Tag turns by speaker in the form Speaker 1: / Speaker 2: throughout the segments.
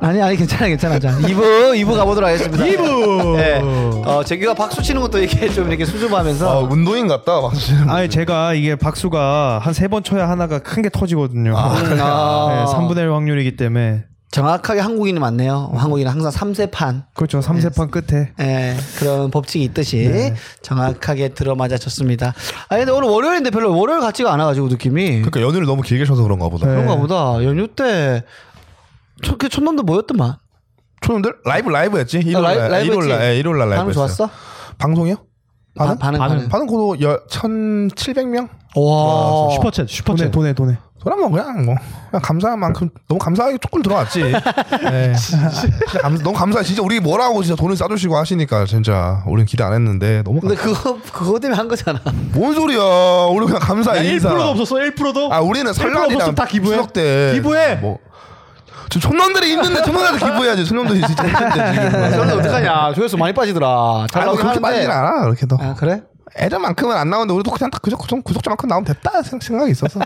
Speaker 1: 아니 아니 괜찮아 괜찮아 자 2부 2부 가보도록 하겠습니다
Speaker 2: 2부.
Speaker 1: 네. 어 재규가 박수 치는 것도 이렇게 좀 이렇게
Speaker 3: 아,
Speaker 1: 수줍어하면서
Speaker 3: 운동인 같다. 박수진.
Speaker 2: 아니 제가 이게 박수가 한 세 번 쳐야 하나가 큰 게 터지거든요.
Speaker 1: 아.
Speaker 2: 네, 3분의 1 확률이기 때문에
Speaker 1: 정확하게 한국인이 맞네요 한국인은 항상 3세판
Speaker 2: 그렇죠. 3세판 끝에
Speaker 1: 예, 그런 법칙이 있듯이 정확하게 들어맞아졌습니다. 아 근데 오늘 월요일인데 별로 월요일 같지가 않아가지고 느낌이
Speaker 3: 그러니까 연휴를 너무 길게 쉬어서 그런가 보다. 그러니까
Speaker 2: 네.
Speaker 1: 그런가 보다. 연휴 때 첫, 그 첫남도 뭐였더만.
Speaker 3: 초놈들 라이브 라이브 했지?
Speaker 1: 아, 라이- 라이브
Speaker 3: 일요일
Speaker 1: 했지?
Speaker 3: 날 예, 일요일 날 라이브
Speaker 1: 반응
Speaker 3: 했어요.
Speaker 1: 좋았어?
Speaker 3: 방송이요? 반응?
Speaker 1: 반응, 반응.
Speaker 3: 반응 고도 1,700명?
Speaker 1: 와.
Speaker 3: 어.
Speaker 4: 슈퍼챗
Speaker 2: 돈에
Speaker 4: 슈퍼챗
Speaker 2: 돈에 돈에
Speaker 3: 그럼 뭐 그냥 뭐 그냥 감사한 만큼 너무 감사하게 조금 들어왔지. 네. 진짜 감- 너무 감사. 진짜 우리 뭐라고 진짜 돈을 싸주시고 하시니까 진짜 우리는 기대 안 했는데 너무.
Speaker 1: 근데
Speaker 3: 감...
Speaker 1: 그거 그거 때문에 한 거잖아.
Speaker 3: 뭔 소리야? 우리 그냥 감사
Speaker 4: 야,
Speaker 3: 아, 인사.
Speaker 4: 1%도 없었어 1%도
Speaker 3: 아 우리는
Speaker 4: 없었어,
Speaker 3: 설날이랑
Speaker 4: 다 기부해.
Speaker 3: 추석 때
Speaker 4: 기부해.
Speaker 3: 뭐 지금 촌놈들이 있는데 촌놈들 기부해야지. 촌놈들이 진짜 힘든데 지금.
Speaker 1: 저는 어떡하냐. 조회수 많이 빠지더라. 네. 잘
Speaker 3: 네. 아니,
Speaker 1: 나오긴
Speaker 3: 그렇게
Speaker 1: 하는데.
Speaker 3: 빠지진 않아 그렇게도.
Speaker 1: 아 그래?
Speaker 3: 애들만큼은 안 나오는데 우리도 그냥 딱 그저 그 정도 구독자만큼 나오면 됐다 생- 생각이 있어서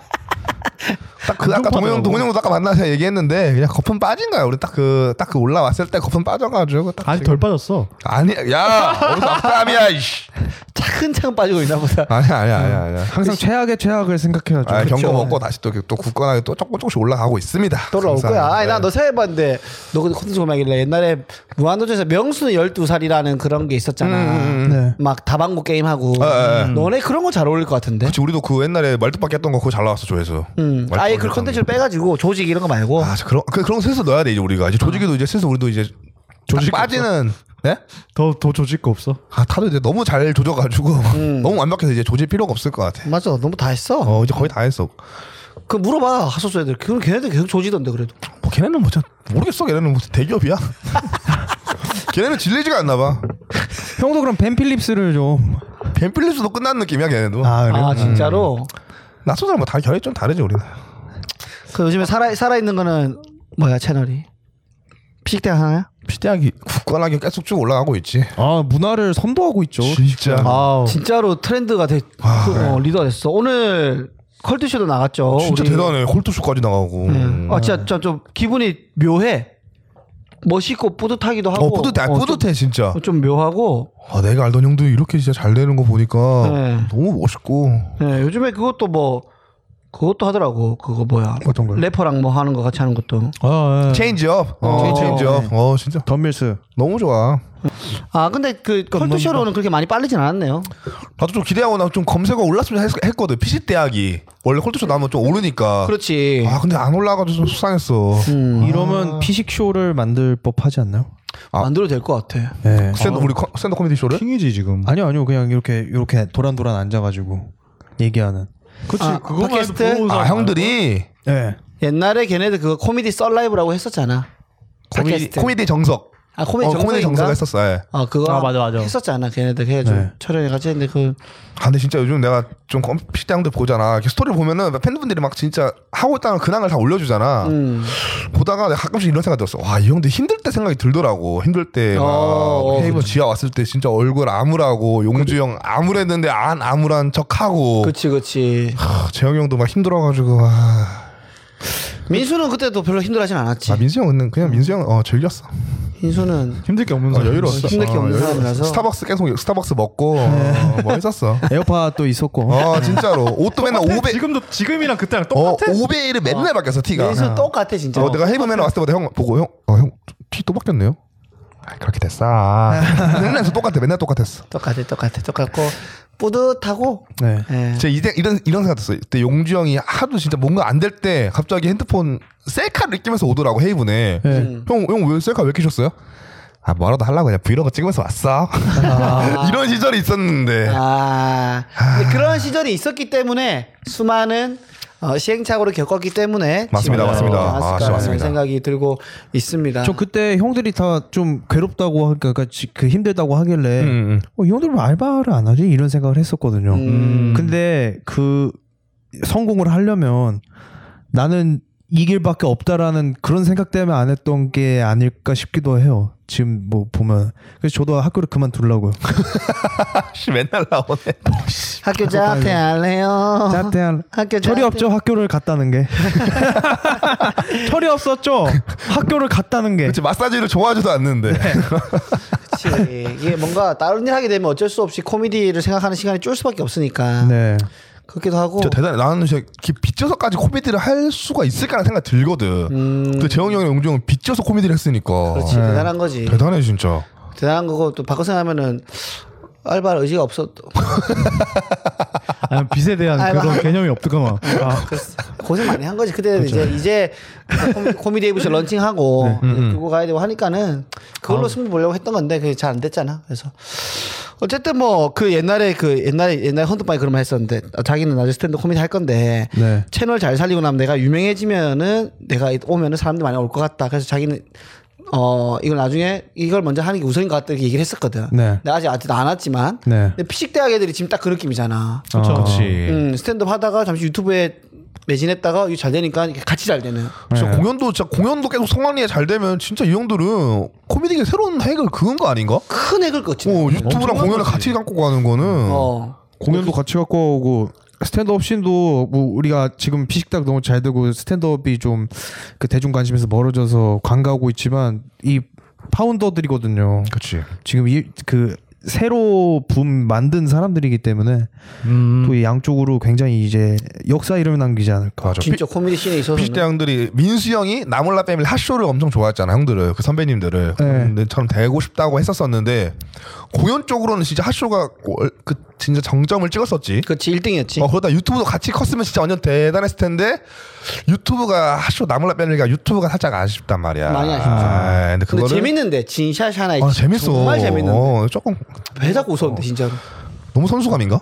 Speaker 3: 딱 그 아까 동영
Speaker 1: 뭐.
Speaker 3: 동영도 아까 만나서 얘기했는데 그냥 거품 빠진 거야 우리 딱 그 딱 그 올라왔을 때 거품 빠져가지고 딱
Speaker 4: 아직 덜 빠졌어
Speaker 3: 아니 야 어디서 악담이야 이씨
Speaker 1: 차근차근 빠지고 있나 보다.
Speaker 3: 네. 아니 아니 아니 아니
Speaker 2: 항상 최악의 최악을 생각해야죠. 그렇죠.
Speaker 3: 아, 경고 먹고 다시 또, 이렇게 또 굳건하게 또 조금 조금씩 올라가고 있습니다
Speaker 1: 돌아올
Speaker 3: 항상.
Speaker 1: 거야. 아니,
Speaker 3: 네.
Speaker 1: 난너 새해 봤는데, 너 근데 콘텐츠 고민하길래 옛날에 무한도전에서 명수는 12살이라는 그런 게 있었잖아.
Speaker 3: 음,
Speaker 2: 네.
Speaker 1: 막 다방구 게임하고. 음.
Speaker 3: 예, 예.
Speaker 1: 너네 그런 거 잘 어울릴 것 같은데.
Speaker 3: 그치 우리도 그 옛날에 말뚝박기 했던 거 그거 잘 나왔어 조회수
Speaker 1: 음,
Speaker 3: 말뚝박기
Speaker 1: 아예 그
Speaker 3: 했던
Speaker 1: 컨텐츠를 뭐. 빼가지고 조직 이런 거 말고.
Speaker 3: 거. 아 그런 그, 그런 거 슬슬 넣어야 돼 이제 우리가 이제
Speaker 1: 아.
Speaker 3: 조직에도 이제 슬슬 우리도 이제 조직
Speaker 4: 조직이
Speaker 3: 빠지는 네?
Speaker 4: 더 더 조질 거 없어
Speaker 3: 아, 다들 이제 너무 잘 조져가지고
Speaker 1: 음.
Speaker 3: 너무 완벽해서 이제 조질 필요가 없을 것 같아.
Speaker 1: 맞아, 너무 다 했어.
Speaker 3: 어 이제 거의 다 했어.
Speaker 1: 그 물어봐 하소서 애들. 그건 걔네들 계속 조지던데 그래도.
Speaker 3: 뭐 걔네는 뭐 저- 모르겠어. 걔네는 무슨 대기업이야. 걔네는 질리지가 않나 봐.
Speaker 2: 형도 그럼 벤 필립스를 좀
Speaker 3: 뱀필리스도 끝난 느낌이야 걔네도.
Speaker 1: 아
Speaker 3: 음.
Speaker 1: 진짜로.
Speaker 3: 낯선 사람 뭐다 결이 좀 다르지 우리는.
Speaker 1: 그 요즘에 살아 살아 있는 거는 뭐야 채널이? 피식대 하나야?
Speaker 3: 피대학이 굳건하게 계속 쭉 올라가고 있지.
Speaker 2: 아 문화를 선도하고 있죠.
Speaker 3: 진짜.
Speaker 2: 아
Speaker 1: 진짜로 트렌드가 되, 그, 어, 리더가 됐어. 오늘 컬투쇼도 나갔죠.
Speaker 3: 어, 진짜
Speaker 1: 우리.
Speaker 3: 대단해. 홀투쇼까지 나가고. 어,
Speaker 1: 음. 아 진짜 좀, 좀 기분이 묘해. 멋있고 뿌듯하기도 하고.
Speaker 3: 어 뿌듯해.
Speaker 1: 어,
Speaker 3: 뿌듯해 진짜.
Speaker 1: 좀, 좀 묘하고.
Speaker 3: 아, 내가 알던 형도 이렇게 진짜 잘 되는 거 보니까
Speaker 1: 네.
Speaker 3: 너무 멋있고.
Speaker 1: 예, 요즘에 그것도 뭐 그것도 하더라고. 그거 뭐야?
Speaker 2: 어떤 거요?
Speaker 1: 래퍼랑 뭐 하는 거 같이 하는 것도.
Speaker 4: 아, 예.
Speaker 3: 체인지업.
Speaker 2: 어.
Speaker 3: 어, 체인지업. 어 진짜
Speaker 2: 덤밀스
Speaker 3: 너무 좋아.
Speaker 1: 아 근데 그 컬투쇼로는 그렇게 많이 빠르진 않았네요.
Speaker 3: 나도 좀 기대하고 나 좀 검색어 올랐으면 했, 했거든. 피식 대학이 원래 콜드쇼 나오면 좀 오르니까.
Speaker 1: 그렇지.
Speaker 3: 아 근데 안 올라가지고 좀 속상했어.
Speaker 1: 음.
Speaker 2: 이러면 피식쇼를 만들 법하지 않나요?
Speaker 3: 아.
Speaker 1: 만들어도 될 것 같아.
Speaker 3: 예.
Speaker 2: 네.
Speaker 1: 어.
Speaker 3: 스탠드 우리 커- 스탠드 코미디 쇼를
Speaker 4: 킹이지 지금
Speaker 2: 아니요 아니요 그냥 이렇게 이렇게 도란도란 앉아가지고 얘기하는.
Speaker 4: 그치
Speaker 1: 아,
Speaker 4: 그거만 해도
Speaker 1: 팟캐스트?
Speaker 4: 부러운
Speaker 3: 아
Speaker 4: 사람
Speaker 3: 형들이
Speaker 1: 뭐?
Speaker 2: 네.
Speaker 1: 옛날에 걔네들 그거 코미디 썰라이브라고 했었잖아.
Speaker 3: 코미디,
Speaker 1: 팟캐스트.
Speaker 3: 코미디 정석.
Speaker 1: 아 코미디
Speaker 3: 어, 코미디
Speaker 1: 정석인가?
Speaker 3: 정석 했었어. 예.
Speaker 1: 아 그거
Speaker 4: 아, 맞아, 맞아.
Speaker 1: 했었잖아. 걔네들 해가지고
Speaker 2: 네.
Speaker 1: 촬영해 같이 했는데 그
Speaker 3: 아 근데 진짜 요즘 내가 좀 검- 피식 대학들 보잖아. 이렇게 스토리 보면은 막 팬분들이 막 진짜 하고 있다는 근황을 다 올려주잖아.
Speaker 1: 음.
Speaker 3: 보다가 내가 가끔씩 이런 생각 들었어. 와 이 형들 힘들 때 생각이 들더라고. 힘들 때막
Speaker 1: 어,
Speaker 3: 헤이버 지하 왔을 때 진짜 얼굴 암울하고 용주 형 암울했는데 안 암울한 척하고.
Speaker 1: 그치 그치.
Speaker 3: 아, 재영 형도 막 힘들어가지고. 아.
Speaker 1: 민수는 그때도 별로 힘들하진 않았지.
Speaker 3: 아 민수 형은 그냥 민수 형은 어 즐겼어.
Speaker 1: 민수는
Speaker 4: 힘들 게 없는
Speaker 3: 어,
Speaker 4: 사람
Speaker 3: 여유로웠어.
Speaker 1: 힘들 게
Speaker 3: 어,
Speaker 1: 없는
Speaker 3: 여유로웠어.
Speaker 1: 사람이라서. 네.
Speaker 3: 스타벅스 계속 스타벅스 먹고 어, 뭐 했었어.
Speaker 2: 에어팟 또 있었고.
Speaker 3: 어 진짜로 옷도 맨날 500
Speaker 4: 지금도 지금이랑 그때랑
Speaker 3: 어
Speaker 4: 똑같아
Speaker 3: 500일을 맨날 바뀌었어 티가.
Speaker 1: 민수 똑같아 진짜.
Speaker 3: 어, 내가 헤이브 맨날 왔을 때마다 형 보고 형어형티또 바뀌었네요. 아, 그렇게 됐어. 맨날 똑같아 맨날 똑같았어.
Speaker 1: 똑같아 똑같아 똑같고 뿌듯하고.
Speaker 2: 네.
Speaker 1: 예.
Speaker 3: 제가 이제 이런 이런 생각 들었어요. 그때 용주 형이 하도 진짜 뭔가 안 될 때 갑자기 핸드폰 셀카를 끼면서 오더라고 헤이븐에.
Speaker 4: 네.
Speaker 3: 음. 형형 왜 셀카 왜 끼셨어요? 아 뭐라도 하려고 그냥 브이로그 찍으면서 왔어.
Speaker 4: 아.
Speaker 3: 이런 시절이 있었는데.
Speaker 1: 아, 근데 그런 시절이 있었기 때문에 수많은 어, 시행착오를 겪었기 때문에
Speaker 3: 맞습니다,
Speaker 1: 지금
Speaker 3: 맞습니다.
Speaker 1: 나왔을까
Speaker 3: 아,
Speaker 1: 하는
Speaker 3: 맞습니다.
Speaker 1: 생각이 들고 있습니다.
Speaker 2: 저 그때 형들이 다 좀 괴롭다고 하니까 그러니까 지- 그 힘들다고
Speaker 4: 네.
Speaker 2: 하길래
Speaker 3: 음, 음.
Speaker 2: 어, 이 형들 왜 알바를 안 하지 이런 생각을 했었거든요.
Speaker 4: 음.
Speaker 1: 음.
Speaker 3: 음.
Speaker 2: 근데 그 성공을 하려면 나는 이 길밖에 없다라는 그런 생각 때문에 안 했던 게 아닐까 싶기도 해요. 지금 뭐 보면 그래서 저도 학교를 그만두려고요.
Speaker 3: 씨 맨날 나오네.
Speaker 1: 학교 자퇴할래요.
Speaker 2: 짜태한
Speaker 1: 학교
Speaker 2: 철이
Speaker 1: 자퇴.
Speaker 2: 없죠 학교를 갔다는 게 철이 없었죠 학교를 갔다는 게
Speaker 4: 네.
Speaker 3: 그렇지 마사지를 좋아하지도 않는데.
Speaker 1: 그치. 예, 이게 뭔가 다른 일 하게 되면 어쩔 수 없이 코미디를 생각하는 시간이 줄 수밖에 없으니까.
Speaker 2: 네
Speaker 1: 그렇기도 하고.
Speaker 3: 저 대단해. 나는 진짜 이렇게 빚져서까지 코미디를 할 수가 있을까라는 생각 들거든. 근데 재영이 형이랑 용종은 빚져서 코미디를 했으니까.
Speaker 1: 음.
Speaker 3: 네.
Speaker 1: 그렇지 대단한 거지.
Speaker 3: 대단해 진짜.
Speaker 1: 대단한 거고 또 바꿔 생각하면은 알바 의지가 없어.
Speaker 4: 아, 빚에 대한
Speaker 1: 아,
Speaker 4: 그런
Speaker 1: 막-
Speaker 4: 개념이 없더구만. 아,
Speaker 1: 고생 많이 한 거지. 그때는
Speaker 2: 그렇죠.
Speaker 1: 이제 이제 코미- 코미디에이브쇼 런칭하고
Speaker 2: 네. 음,
Speaker 1: 들고 가야 되고 하니까는 그걸로
Speaker 2: 아.
Speaker 1: 승부 보려고 했던 건데 그게 잘 안 됐잖아. 그래서 어쨌든 뭐 그 옛날에 그 옛날에 옛날에 헌터바이 그런 말 했었는데 아, 자기는 나중에 스탠드 코미디 할 건데
Speaker 2: 네.
Speaker 1: 채널 잘 살리고 나면 내가 유명해지면은 내가 오면은 사람들이 많이 올 것 같다. 그래서 자기는 어 이걸 나중에 이걸 먼저 하는 게 우선인 것 같다 이렇게 얘기를 했었거든.
Speaker 2: 네.
Speaker 1: 내가 아직 아직 안 왔지만
Speaker 2: 네.
Speaker 1: 근데 피식 대학 애들이 지금 딱 그 느낌이잖아.
Speaker 4: 그렇죠.
Speaker 3: 그렇지.
Speaker 1: 음, 스탠드업 하다가 잠시 유튜브에 매진했다가 이게 잘 되니까 이렇게 같이 잘 되는.
Speaker 4: 네.
Speaker 3: 진짜 공연도 진짜 공연도 계속 성황리에 잘 되면 진짜 이 형들은 코미디계 새로운 핵을 그은 거 아닌가? 어,
Speaker 1: 큰 액을 거치. 어.
Speaker 3: 유튜브랑 공연을
Speaker 4: 거지.
Speaker 3: 같이 갖고 가는 거는
Speaker 1: 어.
Speaker 2: 공연도 같이 갖고 오고 스탠드업 씬도 뭐 우리가 지금 피식닭 너무 잘 되고 스탠드업이 좀 그 대중 관심에서 멀어져서 관가하고 있지만 이 파운더들이거든요
Speaker 3: 그렇지.
Speaker 2: 지금 이 그 새로 붐 만든 사람들이기 때문에
Speaker 4: 음.
Speaker 2: 또 이 양쪽으로 굉장히 이제 역사 이름을 남기지 않을까
Speaker 3: 맞아.
Speaker 1: 진짜 코미디 씬에 있어서는
Speaker 3: 피시대 형들이 민수 형이 나몰라 패밀리 핫쇼를 엄청 좋아했잖아 형들을 그 선배님들을
Speaker 4: 네.
Speaker 3: 근데처럼 되고 싶다고 했었었는데 공연 쪽으로는 진짜 핫쇼가 월- 그 진짜 정점을 찍었었지
Speaker 1: 그렇지 1등이었지.
Speaker 3: 어, 그러다 유튜브도 같이 컸으면 진짜 완전 대단했을 텐데 유튜브가 핫쇼 나몰라 패밀리가 유튜브가 살짝 아쉽단 말이야
Speaker 1: 많이 아쉽죠.
Speaker 3: 아, 근데
Speaker 1: 근데
Speaker 3: 그거를
Speaker 1: 재밌는데 진샷 하나에
Speaker 3: 아, 재밌어
Speaker 1: 정말 재밌는데
Speaker 3: 어, 조금
Speaker 1: 왜 자꾸 웃었는데 진짜로
Speaker 3: 너무 선수감인가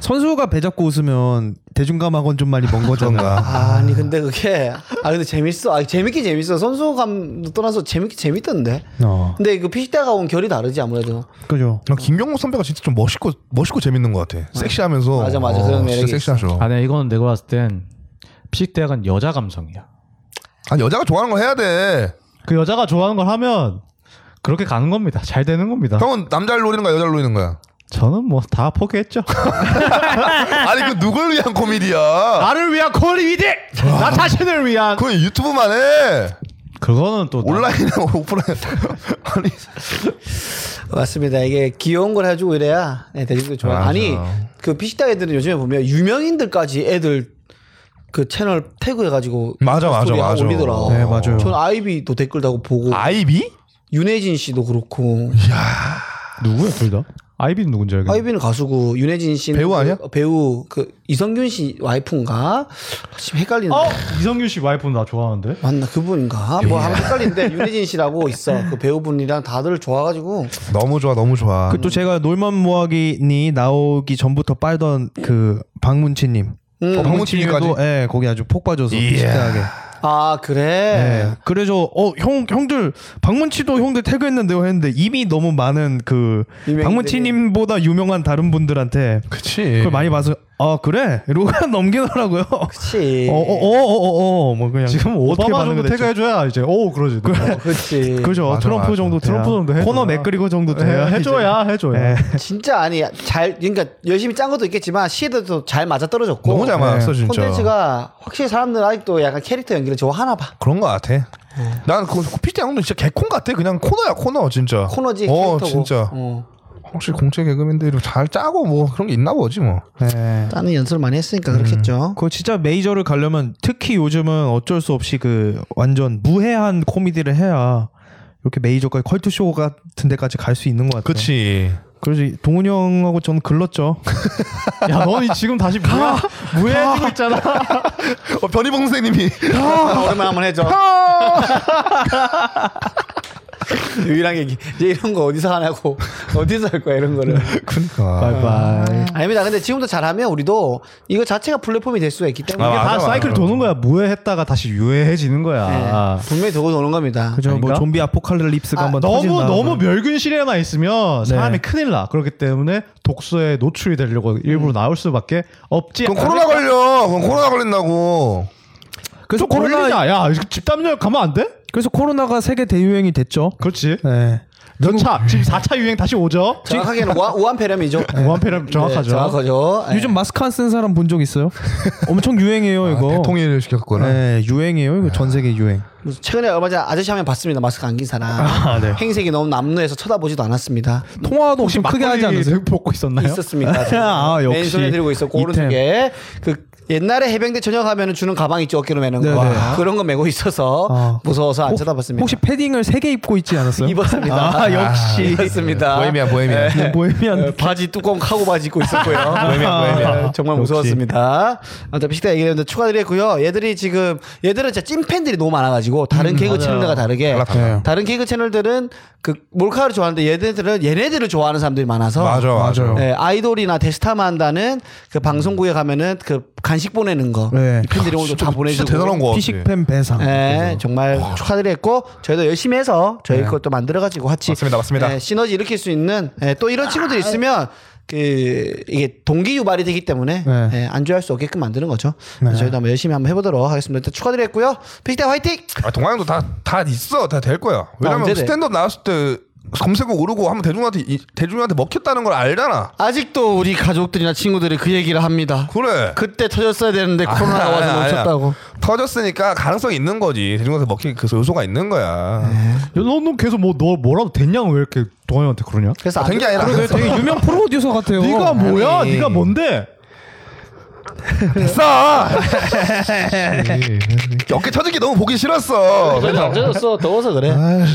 Speaker 2: 선수가 배 잡고 웃으면 대중감학원 좀 많이 먼 거잖아.
Speaker 1: 아, 아니 근데 그게 아 근데 재밌어 아 재밌긴 재밌어 선수감 떠나서 재밌긴 재밌던데
Speaker 2: 어.
Speaker 1: 근데 그 피시대가 온 결이 다르지 아무래도
Speaker 2: 그죠.
Speaker 3: 난 김경록 선배가 진짜 좀 멋있고 멋있고 재밌는 것 같아 섹시하면서
Speaker 1: 어. 맞아, 맞아.
Speaker 3: 어,
Speaker 1: 그런 매력이
Speaker 3: 진짜
Speaker 1: 있어.
Speaker 3: 섹시하죠
Speaker 5: 아, 네, 이거는 내가 봤을 땐 피식대학은 여자 감성이야.
Speaker 3: 아니 여자가 좋아하는 걸 해야 돼
Speaker 4: 그 여자가 좋아하는 걸 하면 그렇게 가는 겁니다. 잘 되는 겁니다.
Speaker 3: 형은 남자를 노리는 거야 여자를 노리는 거야
Speaker 4: 저는 뭐 다 포기했죠.
Speaker 3: 아니 그 누굴 위한 코미디야
Speaker 4: 나를 위한 코미디, 나 자신을 위한.
Speaker 3: 그건 유튜브만 해
Speaker 4: 그거는
Speaker 1: 뭐
Speaker 4: 또
Speaker 3: 온라인 오프라인 아니
Speaker 1: 맞습니다. 이게 귀여운 걸 해주고 이래야 네, 대중들 좋아.
Speaker 3: 맞아.
Speaker 1: 아니 그 피식당 애들은 요즘에 보면 유명인들까지 애들 그 채널 태그해가지고
Speaker 3: 맞아, 맞아,
Speaker 1: 스토리하고
Speaker 3: 맞아.
Speaker 1: 올리더라.
Speaker 2: 네, 맞아요.
Speaker 1: 전 아이비도 댓글 다고 보고
Speaker 3: 아이비?
Speaker 1: 윤혜진 씨도 그렇고
Speaker 4: 누구야 둘 다? 아이비는 누군지 알겠네.
Speaker 1: 아이비는 가수고 윤혜진 씨는
Speaker 3: 배우 아니야?
Speaker 1: 그 배우 그 이성균 씨 와이프인가? 지금 헷갈리는.
Speaker 4: 어
Speaker 1: 데
Speaker 4: 이성균 씨 와이프는 나 좋아하는데.
Speaker 1: 맞나 그분인가?
Speaker 3: 예.
Speaker 1: 뭐 아마 헷갈리는데 윤혜진 씨라고 있어. 그 배우분이랑 다들 좋아가지고
Speaker 3: 너무 좋아 너무 좋아
Speaker 2: 그 또 제가 놀만 모하기니 나오기 전부터 빨던 그 박문치님.
Speaker 3: 어,
Speaker 1: 음.
Speaker 3: 박문치님까지?
Speaker 2: 박문치님도, 예, 거기 아주 폭 빠져서
Speaker 3: 이야.
Speaker 2: 비슷하게.
Speaker 1: 아 그래.
Speaker 3: 네.
Speaker 2: 예. 그래서 어 형 형들 박문치도 형들 태그했는데요 했는데 이미 너무 많은 그
Speaker 1: 유명인들이.
Speaker 2: 박문치님보다 유명한 다른 분들한테
Speaker 3: 그치
Speaker 2: 그걸 많이 봐서 아 그래 이러고 그냥 넘기더라고요. 어,
Speaker 1: 그렇지.
Speaker 3: 어,
Speaker 2: 어어어어어뭐 그냥
Speaker 4: 지금
Speaker 2: 어떻게
Speaker 4: 오바마
Speaker 2: 반응을
Speaker 4: 정도
Speaker 2: 했죠?
Speaker 4: 태그해줘야 이제 오 그러지.
Speaker 1: 어, 그렇지.
Speaker 2: 그죠
Speaker 3: 맞아,
Speaker 2: 트럼프
Speaker 3: 맞아.
Speaker 2: 정도 돼야.
Speaker 4: 트럼프 정도 해줘야.
Speaker 2: 코너 맥그리거 정도 돼야
Speaker 4: 네, 해줘야 해줘야.
Speaker 1: 진짜 아니 잘 그러니까 열심히 짠 것도 있겠지만 시에도 잘 맞아 떨어졌고
Speaker 3: 너무 잘 맞았어 진짜
Speaker 1: 네. 콘텐츠가 확실히 사람들 아직도 약간 캐릭터 연기를 좋아하나 봐
Speaker 3: 그런 거 같아
Speaker 1: 어.
Speaker 3: 난그 피자 형도 진짜 개콘 같아 그냥 코너야 코너 진짜
Speaker 1: 코너지
Speaker 3: 어
Speaker 1: 캐릭터고
Speaker 3: 진짜
Speaker 1: 어.
Speaker 3: 혹시 공채 개그맨들이 잘 짜고 뭐 그런 게 있나 보지 뭐
Speaker 2: 네.
Speaker 1: 다른 연습을 많이 했으니까 그렇겠죠
Speaker 2: 그 진짜 메이저를 가려면 특히 요즘은 어쩔 수 없이 그 완전 무해한 코미디를 해야 이렇게 메이저까지 컬투쇼 같은 데까지 갈 수 있는 것 같아요.
Speaker 3: 그치
Speaker 2: 그래서 동훈이 형하고 저는 글렀죠.
Speaker 4: 야 너는 지금 다시 무해 무해지고 뭐 있잖아.
Speaker 3: 어, 변희봉 선생님이
Speaker 1: 오랜만에 음. 한번 해줘 유일한 얘기 이제 이런 거 어디서 하냐고 어디서 할 거야 이런 거를
Speaker 3: 그니까
Speaker 4: 바이바이.
Speaker 1: 아닙니다 근데 지금부터 잘하면 우리도 이거 자체가 플랫폼이 될 수가 있기 때문에
Speaker 3: 아,
Speaker 4: 이게 다
Speaker 3: 맞아, 맞아,
Speaker 4: 사이클
Speaker 3: 맞아.
Speaker 4: 도는 거야. 무해했다가 다시 유해해지는 거야.
Speaker 1: 네, 분명히 도고 도는 겁니다
Speaker 2: 그죠? 뭐
Speaker 4: 아, 그러니까?
Speaker 2: 좀비 아포칼립스가
Speaker 1: 아,
Speaker 2: 한번
Speaker 4: 너무
Speaker 2: 터진다. 네.
Speaker 4: 너무 멸균실에만 있으면 사람이 큰일 나. 그렇기 때문에 독소에 노출이
Speaker 2: 음.
Speaker 3: 아,
Speaker 4: 되려고 일부러 나올 수밖에 없지.
Speaker 3: 그러니까. 그럼 코로나 걸려 그럼 코로나 걸린다고
Speaker 2: 그래서 코로나
Speaker 4: 걸리냐? 야, 이거 집단면역 가면 안 돼?
Speaker 2: 그래서 코로나가 세계 대유행이 됐죠.
Speaker 4: 그렇지.
Speaker 2: 네.
Speaker 4: 몇 차? 지금 4차 유행 다시 오죠?
Speaker 1: 정확하게는 우한, 우한폐렴이죠.
Speaker 4: 무한폐렴 정확하죠.
Speaker 1: 네, 정확하죠. 네.
Speaker 2: 요즘 마스크 안 쓴 사람 본 적 있어요? 엄청 유행해요 이거.
Speaker 3: 아,
Speaker 4: 아,
Speaker 3: 대통일을 시켰거나
Speaker 2: 네, 유행이에요 이거 전 세계 유행.
Speaker 1: 최근에 얼마 전에 아저씨 한명 봤습니다. 마스크 안 낀 사람. 행색이 너무 남루해서 쳐다보지도 않았습니다.
Speaker 2: 통화도
Speaker 4: 혹시
Speaker 2: 엄청 크게 하지
Speaker 4: 막걸리
Speaker 2: 않으세요?
Speaker 4: 먹고 있었나요?
Speaker 1: 있었습니다. 네,
Speaker 2: 아, 역시.
Speaker 1: 맨손에 들고 있었고
Speaker 2: 이
Speaker 1: 오른쪽에 그 옛날에 해병대 전역하면 주는 가방 있죠 어깨로 매는 거 아,
Speaker 2: 네네.
Speaker 1: 그런 거 메고 있어서
Speaker 2: 아.
Speaker 1: 무서워서 안
Speaker 2: 혹-
Speaker 1: 쳐다봤습니다.
Speaker 2: 혹시 패딩을 세 개 입고 있지 않았어요?
Speaker 1: 입었습니다.
Speaker 2: 아, 역시.
Speaker 1: 입었습니다.
Speaker 3: 네. 보헤미안 보헤미안
Speaker 2: 네,
Speaker 1: 어,
Speaker 2: 보헤미안.
Speaker 1: 바지 뚜껑 카고 바지 입고 있었고요.
Speaker 3: 보헤미안, 보헤미안.
Speaker 1: 어, 정말
Speaker 2: 역시.
Speaker 1: 무서웠습니다. 아무튼 식대 얘기했는데 추가드렸고요. 얘들이 지금 얘들은 진짜 찐 팬들이 너무 많아가지고 다른
Speaker 2: 음,
Speaker 1: 개그 채널과 다르게
Speaker 3: 달라, 달라.
Speaker 2: 네.
Speaker 1: 다른 개그 채널들은 그 몰카를 좋아하는데 얘네들은 얘네들을 좋아하는 사람들이 많아서
Speaker 3: 맞아 맞아요.
Speaker 1: 예, 아이돌이나 데스타만 한다는 그 방송국에 가면은 그 간식 보내는 거
Speaker 2: 네.
Speaker 1: 이 팬들이 오늘 다 보내주고
Speaker 3: 아, 진짜 대단한 거 같아.
Speaker 2: 피식팬 배상.
Speaker 1: 예, 정말 축하드리겠고 저희도 열심히 해서 저희 것도 만들어가지고 같이
Speaker 3: 네. 맞습니다, 맞습니다.
Speaker 1: 예, 시너지 일으킬 수 있는 예, 또 이런 친구들 이 있으면 그 이게 동기 유발이 되기 때문에
Speaker 2: 네.
Speaker 1: 예, 안주할 수 없게끔 만드는 거죠.
Speaker 3: 네.
Speaker 1: 그래서 저희도 한번 열심히 한번 해보도록 하겠습니다. 일단 축하드리겠고요. 피식대 화이팅!
Speaker 3: 아, 동아영도 다 다 있어 다 될 거야. 왜냐면
Speaker 1: 언제 돼?
Speaker 3: 스탠드업 나왔을 때 검색어 오르고 하면 대중한테 이, 대중한테 먹혔다는 걸 알잖아.
Speaker 1: 아직도 우리 가족들이나 친구들이 그 얘기를 합니다.
Speaker 3: 그래.
Speaker 1: 그때 터졌어야 되는데 코로나
Speaker 3: 아니야,
Speaker 1: 와서
Speaker 3: 아니야.
Speaker 1: 멈췄다고.
Speaker 3: 터졌으니까 가능성이 있는 거지. 대중한테 먹힐 그 요소가 있는 거야.
Speaker 1: 네.
Speaker 4: 너는 계속 뭐 너 뭐라도 됐냐? 왜 이렇게 동아형한테 그러냐?
Speaker 1: 그래서
Speaker 3: 된 게
Speaker 1: 안-
Speaker 3: 아니라
Speaker 2: 되게, 되게 유명 프로듀서 같아요.
Speaker 4: 네가 뭐야?
Speaker 3: 아니.
Speaker 4: 네가 뭔데?
Speaker 3: 됐어. 어깨 쳐진 게 너무 보기 싫었어.
Speaker 1: 그래도 안 젖었어 더워서 그래. 네. 음,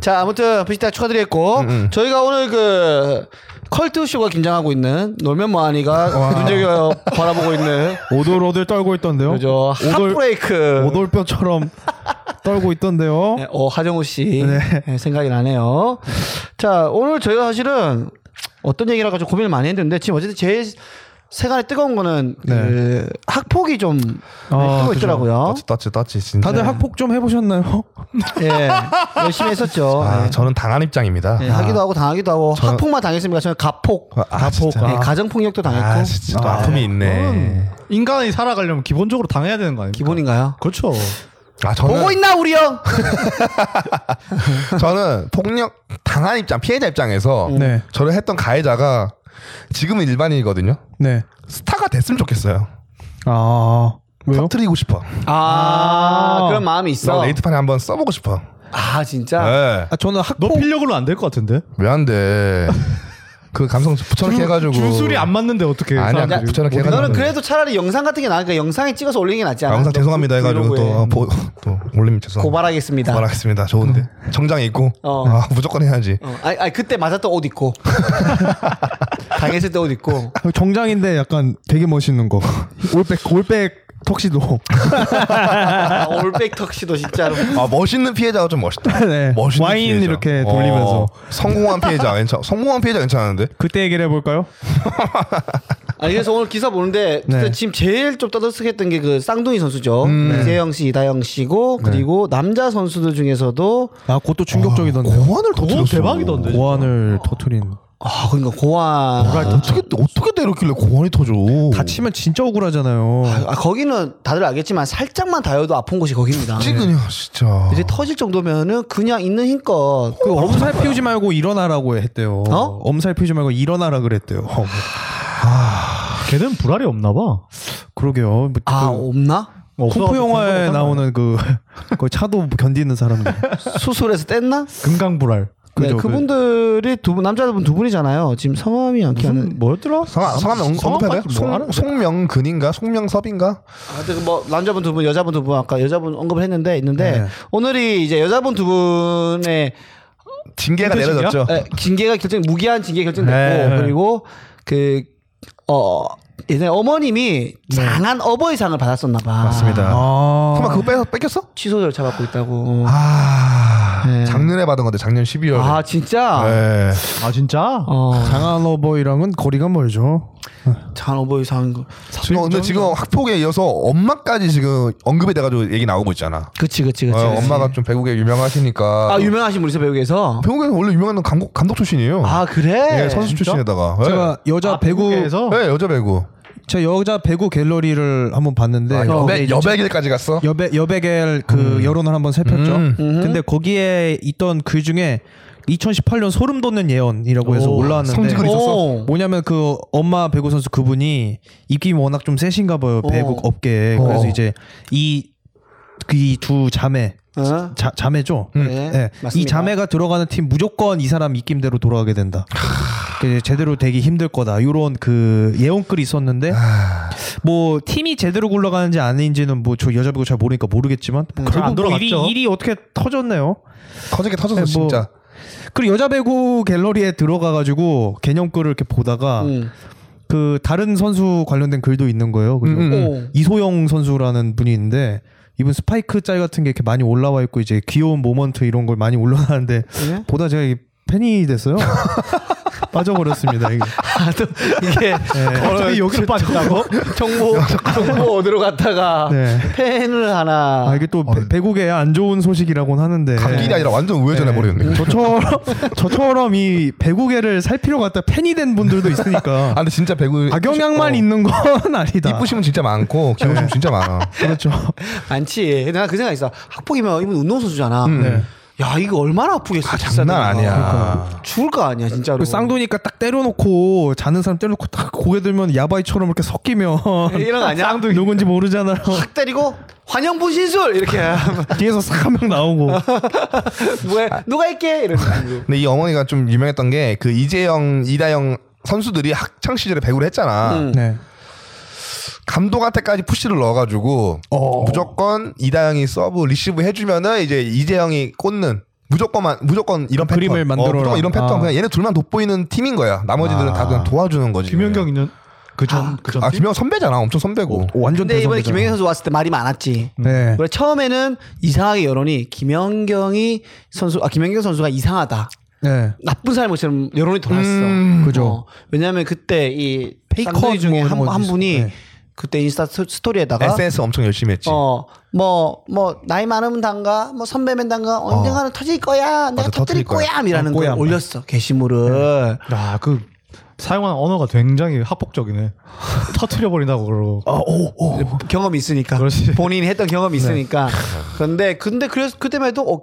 Speaker 1: 자 아무튼 비시타 축하드리겠고 저희가 오늘 그 컬트 쇼가 긴장하고 있는 놀면 뭐하니가 눈여겨 바라보고 있는
Speaker 2: 오돌오돌 떨고 있던데요.
Speaker 1: 그죠 핫브레이크
Speaker 2: 어? 오돌뼈처럼 떨고 있던데요.
Speaker 1: 네, 어 하정우 씨 네, 생각이 나네요. 자 오늘 저희가 사실은 어떤 얘기를 할까 좀 고민을 많이 했는데 지금 어쨌든 제일 세간에 뜨거운 거는 그 학폭이 좀
Speaker 2: 네. 아,
Speaker 1: 뜨고 있더라고요.
Speaker 3: 따치 따치 따치 진짜.
Speaker 2: 다들 학폭 좀 해보셨나요?
Speaker 1: 예, 열심히 했었죠.
Speaker 3: 아
Speaker 1: 네.
Speaker 3: 저는 당한 입장입니다.
Speaker 1: 예, 하기도 하고 당하기도 하고 학폭만 당했습니까? 저는 가폭,
Speaker 3: 아, 아, 진짜.
Speaker 1: 예, 가정폭력도 당했고
Speaker 3: 아 진짜
Speaker 1: 예.
Speaker 3: 또 아픔이 있네.
Speaker 4: 인간이 살아가려면 기본적으로 당해야 되는 거 아닙니까?
Speaker 1: 기본인가요?
Speaker 4: 그렇죠.
Speaker 3: 아
Speaker 1: 보고
Speaker 3: 저는
Speaker 1: 있나 우리 형?
Speaker 3: 저는 폭력 당한 입장 피해자 입장에서
Speaker 2: 네.
Speaker 3: 저를 했던 가해자가 지금은 일반인이거든요.
Speaker 2: 네.
Speaker 3: 스타가 됐으면 좋겠어요.
Speaker 2: 아 왜요?
Speaker 3: 터트리고 싶어.
Speaker 1: 아,
Speaker 4: 아.
Speaker 1: 그런 마음이
Speaker 3: 나
Speaker 1: 있어.
Speaker 3: 레이트판에 한번 써보고 싶어.
Speaker 1: 아 진짜.
Speaker 3: 예.
Speaker 2: 아, 저는 학폭
Speaker 4: 높이려고는 안 될 것 같은데.
Speaker 3: 왜안 돼? 그 감성 붙여넣기 해가지고.
Speaker 4: 주술이 안 맞는데 어떻게?
Speaker 3: 아니야
Speaker 4: 사람들이. 뭐,
Speaker 3: 붙여넣기 네, 해가지고.
Speaker 1: 너는 그래도 차라리 영상 같은 게 나으니까 영상에 찍어서 올리는 게 낫지
Speaker 3: 아,
Speaker 1: 않아?
Speaker 3: 영상
Speaker 1: 너
Speaker 3: 죄송합니다 해가지고
Speaker 1: 브이로그에.
Speaker 3: 또, 아, 보, 또 올리면 죄송합니다.
Speaker 1: 고발하겠습니다.
Speaker 3: 고발하겠습니다. 좋은데 정장 입고
Speaker 1: 어.
Speaker 3: 아, 무조건 해야지.
Speaker 1: 어, 아니, 아니 그때 맞았던 옷 입고 당했을 때 옷 입고
Speaker 2: 아, 정장인데 약간 되게 멋있는 거. 올백 올백 턱시도.
Speaker 1: 아, 올백 턱시도 진짜로
Speaker 3: 아 멋있는 피해자가 좀 멋있다.
Speaker 2: 네.
Speaker 3: 멋있는
Speaker 2: 와인
Speaker 3: 피해자.
Speaker 2: 이렇게 돌리면서.
Speaker 3: 어, 성공한 피해자 괜찮. 성공한 피해자 괜찮은데.
Speaker 2: 그때 얘기를 해볼까요?
Speaker 1: 아니 그래서 오늘 기사 보는데
Speaker 2: 네.
Speaker 1: 그때 지금 제일 좀 떠들썩했던 게 그 쌍둥이 선수죠
Speaker 3: 음.
Speaker 1: 이재영 씨, 이다영 씨고
Speaker 2: 네.
Speaker 1: 그리고 남자 선수들 중에서도
Speaker 2: 아, 그것도 충격적이던데.
Speaker 3: 고환을
Speaker 4: 그건
Speaker 3: 터뜨렸어.
Speaker 4: 대박이던데.
Speaker 2: 고안을 터트린.
Speaker 1: 아 그러니까 고아
Speaker 3: 어떻게 어떻게 때렸길래 고환이 터져?
Speaker 2: 다치면 진짜 억울하잖아요.
Speaker 1: 아, 거기는 다들 알겠지만 살짝만 다여도 아픈 곳이 거기입니다.
Speaker 3: 찌그요 진짜.
Speaker 1: 이제 터질 정도면은 그냥 있는 힘껏
Speaker 2: 그 엄살 피우지 말고 일어나라고 했대요.
Speaker 1: 어?
Speaker 2: 엄살 피우지 말고 일어나라 그랬대요. 어, 뭐.
Speaker 4: 걔는 불알이 없나 봐.
Speaker 2: 그러게요. 뭐
Speaker 1: 아
Speaker 2: 그
Speaker 1: 없나?
Speaker 2: 공포 영화에 나오는 그, 그 차도 견디는 사람들.
Speaker 1: 수술해서 뗐나?
Speaker 4: 금강 불알.
Speaker 1: 네,
Speaker 2: 그죠,
Speaker 1: 그분들이 두 분, 남자분 두 분이잖아요. 지금 성함이 안 기억나는.
Speaker 4: 뭐였더라? 뭐
Speaker 3: 성함 성함 언급해요? 송 송명근인가 송명섭인가?
Speaker 1: 아, 근데 그뭐 남자분 두 분, 여자분 두 분 아까 여자분 언급을 했는데 있는데
Speaker 2: 네.
Speaker 1: 오늘이 이제 여자분 두 분의
Speaker 3: 징계가
Speaker 4: 힌트 징계야?
Speaker 3: 내려졌죠.
Speaker 1: 에, 예, 징계가 결정 무기한 징계 결정됐고
Speaker 4: 네.
Speaker 1: 그리고 그어 예전에 어머님이 장한 어버이상을 받았었나 봐.
Speaker 3: 네. 맞습니다.
Speaker 2: 아.
Speaker 3: 설마 그거 빼, 뺏겼어?
Speaker 1: 취소 절차 받고 있다고.
Speaker 3: 아
Speaker 1: 네.
Speaker 3: 작년에 받은 건데 작년 12월에.
Speaker 1: 아 진짜?
Speaker 3: 네.
Speaker 4: 아 진짜?
Speaker 1: 어,
Speaker 2: 장한 어버이랑은 거리가 멀죠.
Speaker 1: 장한 어버이 상한 거.
Speaker 3: 지금 근데 지금 학폭에 이어서 엄마까지 지금 언급이 돼가지고 얘기 나오고 있잖아.
Speaker 1: 그치 그치 그치.
Speaker 3: 어,
Speaker 1: 그치.
Speaker 3: 엄마가 좀 배구계 유명하시니까.
Speaker 1: 아 유명하신 우리 배우에서.
Speaker 3: 배구계는 원래 유명한 감독, 감독 출신이에요.
Speaker 1: 아 그래?
Speaker 3: 예, 선수 출신에다가. 예.
Speaker 2: 제가 여자
Speaker 4: 아,
Speaker 2: 배구
Speaker 4: 한국에서?
Speaker 3: 예, 여자 배구.
Speaker 2: 제가 여자 배구 갤러리를 한번 봤는데
Speaker 3: 아,
Speaker 2: 거기에
Speaker 3: 여백
Speaker 2: 이제
Speaker 3: 여백일까지 갔어?
Speaker 2: 여배 여백의 그 여론을 한번 살폈죠.
Speaker 3: 음.
Speaker 2: 근데 거기에 있던 글 중에 2018년 소름 돋는 예언이라고 해서
Speaker 1: 오,
Speaker 2: 올라왔는데
Speaker 3: 성직을
Speaker 1: 있었어?
Speaker 2: 뭐냐면 그 엄마 배구 선수 그분이 입김이 워낙 좀 세신가 봐요 배구
Speaker 1: 어.
Speaker 2: 업계에
Speaker 3: 어.
Speaker 2: 그래서 이제 이그두 자매
Speaker 1: 어?
Speaker 2: 자, 자매죠.
Speaker 3: 음.
Speaker 1: 네,
Speaker 2: 네. 이
Speaker 1: 맞습니다.
Speaker 2: 자매가 들어가는 팀 무조건 이 사람 입김대로 돌아가게 된다. 그 제대로 되기 힘들 거다. 이런 그 예언글이 있었는데
Speaker 3: 아.
Speaker 2: 뭐 팀이 제대로 굴러가는지 아닌지는 뭐 저 여자 배구 잘 모르니까 모르겠지만 결국
Speaker 4: 안
Speaker 2: 뭐 일이,
Speaker 4: 돌아갔죠.
Speaker 2: 일이 어떻게 터졌네요.
Speaker 3: 터지게 터졌어
Speaker 2: 네, 뭐,
Speaker 3: 진짜.
Speaker 2: 그리고 여자 배구 갤러리에 들어가 가지고 개념글을 이렇게 보다가
Speaker 1: 음.
Speaker 2: 그 다른 선수 관련된 글도 있는 거예요. 그래서
Speaker 3: 음, 음.
Speaker 1: 오.
Speaker 2: 이소영 선수라는 분이 있는데 이분 스파이크 짤 같은 게 이렇게 많이 올라와 있고 이제 귀여운 모먼트 이런 걸 많이 올라가는데
Speaker 1: 예?
Speaker 2: 보다 제가 이 팬이 됐어요. 빠져버렸습니다. 이게. 네.
Speaker 1: 아, 또 이게
Speaker 4: 갑자기 여기로 빠졌다고?
Speaker 1: 정보 정보 아, 뭐 어디로 갔다가
Speaker 2: 네.
Speaker 1: 팬을 하나
Speaker 2: 아 이게 또
Speaker 3: 네.
Speaker 2: 배- 배국에 안 좋은 소식이라고는 하는데
Speaker 3: 감길이 아니라 완전 우회전해
Speaker 2: 뭐,
Speaker 3: 버렸네.
Speaker 2: 저처럼 저처럼 이 배구계를 살 필요가 없다 팬이 된 분들도 있으니까
Speaker 3: 아 근데 진짜 배구
Speaker 2: 악영향만
Speaker 3: 어,
Speaker 2: 있는 건 아니다. 네.
Speaker 3: 이쁘시면 진짜 많고 귀여우시면 진짜 많아.
Speaker 2: 그렇죠.
Speaker 1: 안치. 내가 그 생각 있어. 학폭이면 이분 운동선수잖아.
Speaker 3: 음. 네.
Speaker 1: 야 이거 얼마나 아프겠어.
Speaker 3: 아,
Speaker 1: 비싸다.
Speaker 3: 장난 아니야.
Speaker 1: 죽을 거 아니야 진짜로.
Speaker 2: 그 쌍둥이니까 딱 때려놓고 자는 사람 때려놓고 딱 고개 들면 야바이처럼 이렇게 섞이면
Speaker 1: 이런 거 아니야?
Speaker 2: 쌍둥이 누군지 모르잖아요.
Speaker 1: 확 때리고 환영분 신술 이렇게
Speaker 2: 뒤에서 싹 한 명 나오고
Speaker 1: 아. 뭐야 누가 있게 이런 식으로.
Speaker 3: 근데 이 어머니가 좀 유명했던 게 그 이재영, 이다영 선수들이 학창 시절에 배구를 했잖아.
Speaker 1: 음.
Speaker 2: 네.
Speaker 3: 감독한테까지 푸시를 넣어가지고 무조건 이다영이 서브 리시브 해주면은 이제 이재영이 꽂는 무조건만 무조건 이런 패턴.
Speaker 2: 그림을
Speaker 3: 어,
Speaker 2: 만들어라.
Speaker 3: 무조건 이런 패턴
Speaker 2: 아.
Speaker 3: 그냥 얘네 둘만 돋보이는 팀인 거야. 나머지들은 다 그냥 도와주는 거지.
Speaker 4: 김연경 있는 그전
Speaker 1: 아,
Speaker 4: 그전
Speaker 3: 아 김영 선배잖아. 엄청 선배고.
Speaker 2: 완전
Speaker 1: 근데 이번에
Speaker 2: 대선배잖아.
Speaker 1: 김연경 선수 왔을 때 말이 많았지.
Speaker 2: 네.
Speaker 1: 원래 처음에는 이상하게 여론이 김연경이 선수 아 김연경 선수가 이상하다.
Speaker 2: 네.
Speaker 1: 나쁜 사람인 것처럼 여론이 돌았어.
Speaker 3: 음,
Speaker 2: 그죠.
Speaker 1: 어, 왜냐하면 그때 이
Speaker 2: 페이커
Speaker 1: 쌍둥이 중에
Speaker 2: 뭐 이런
Speaker 1: 한,
Speaker 2: 거
Speaker 1: 한
Speaker 2: 있었-
Speaker 1: 분이
Speaker 2: 네.
Speaker 1: 그때 인스타 스- 스토리에다가
Speaker 3: SNS 엄청 열심히 했지.
Speaker 1: 어, 뭐, 뭐, 나이 많으면 단가, 뭐, 선배면 단가, 언젠가는 터질 거야, 내가
Speaker 3: 맞아,
Speaker 1: 터뜨릴
Speaker 3: 터뜨릴 거야.
Speaker 1: 거야, 이라는
Speaker 2: 어,
Speaker 1: 걸
Speaker 2: 꼬야.
Speaker 1: 올렸어, 게시물을. 어,
Speaker 4: 야그 사용한 언어가 굉장히 합법적이네. 터트려 버린다고 그러고.
Speaker 2: 아,
Speaker 1: 경험이 있으니까.
Speaker 4: 그렇지.
Speaker 1: 본인이 했던 경험이 있으니까. 그런데, 근데 그래서 그때만 해도, 어,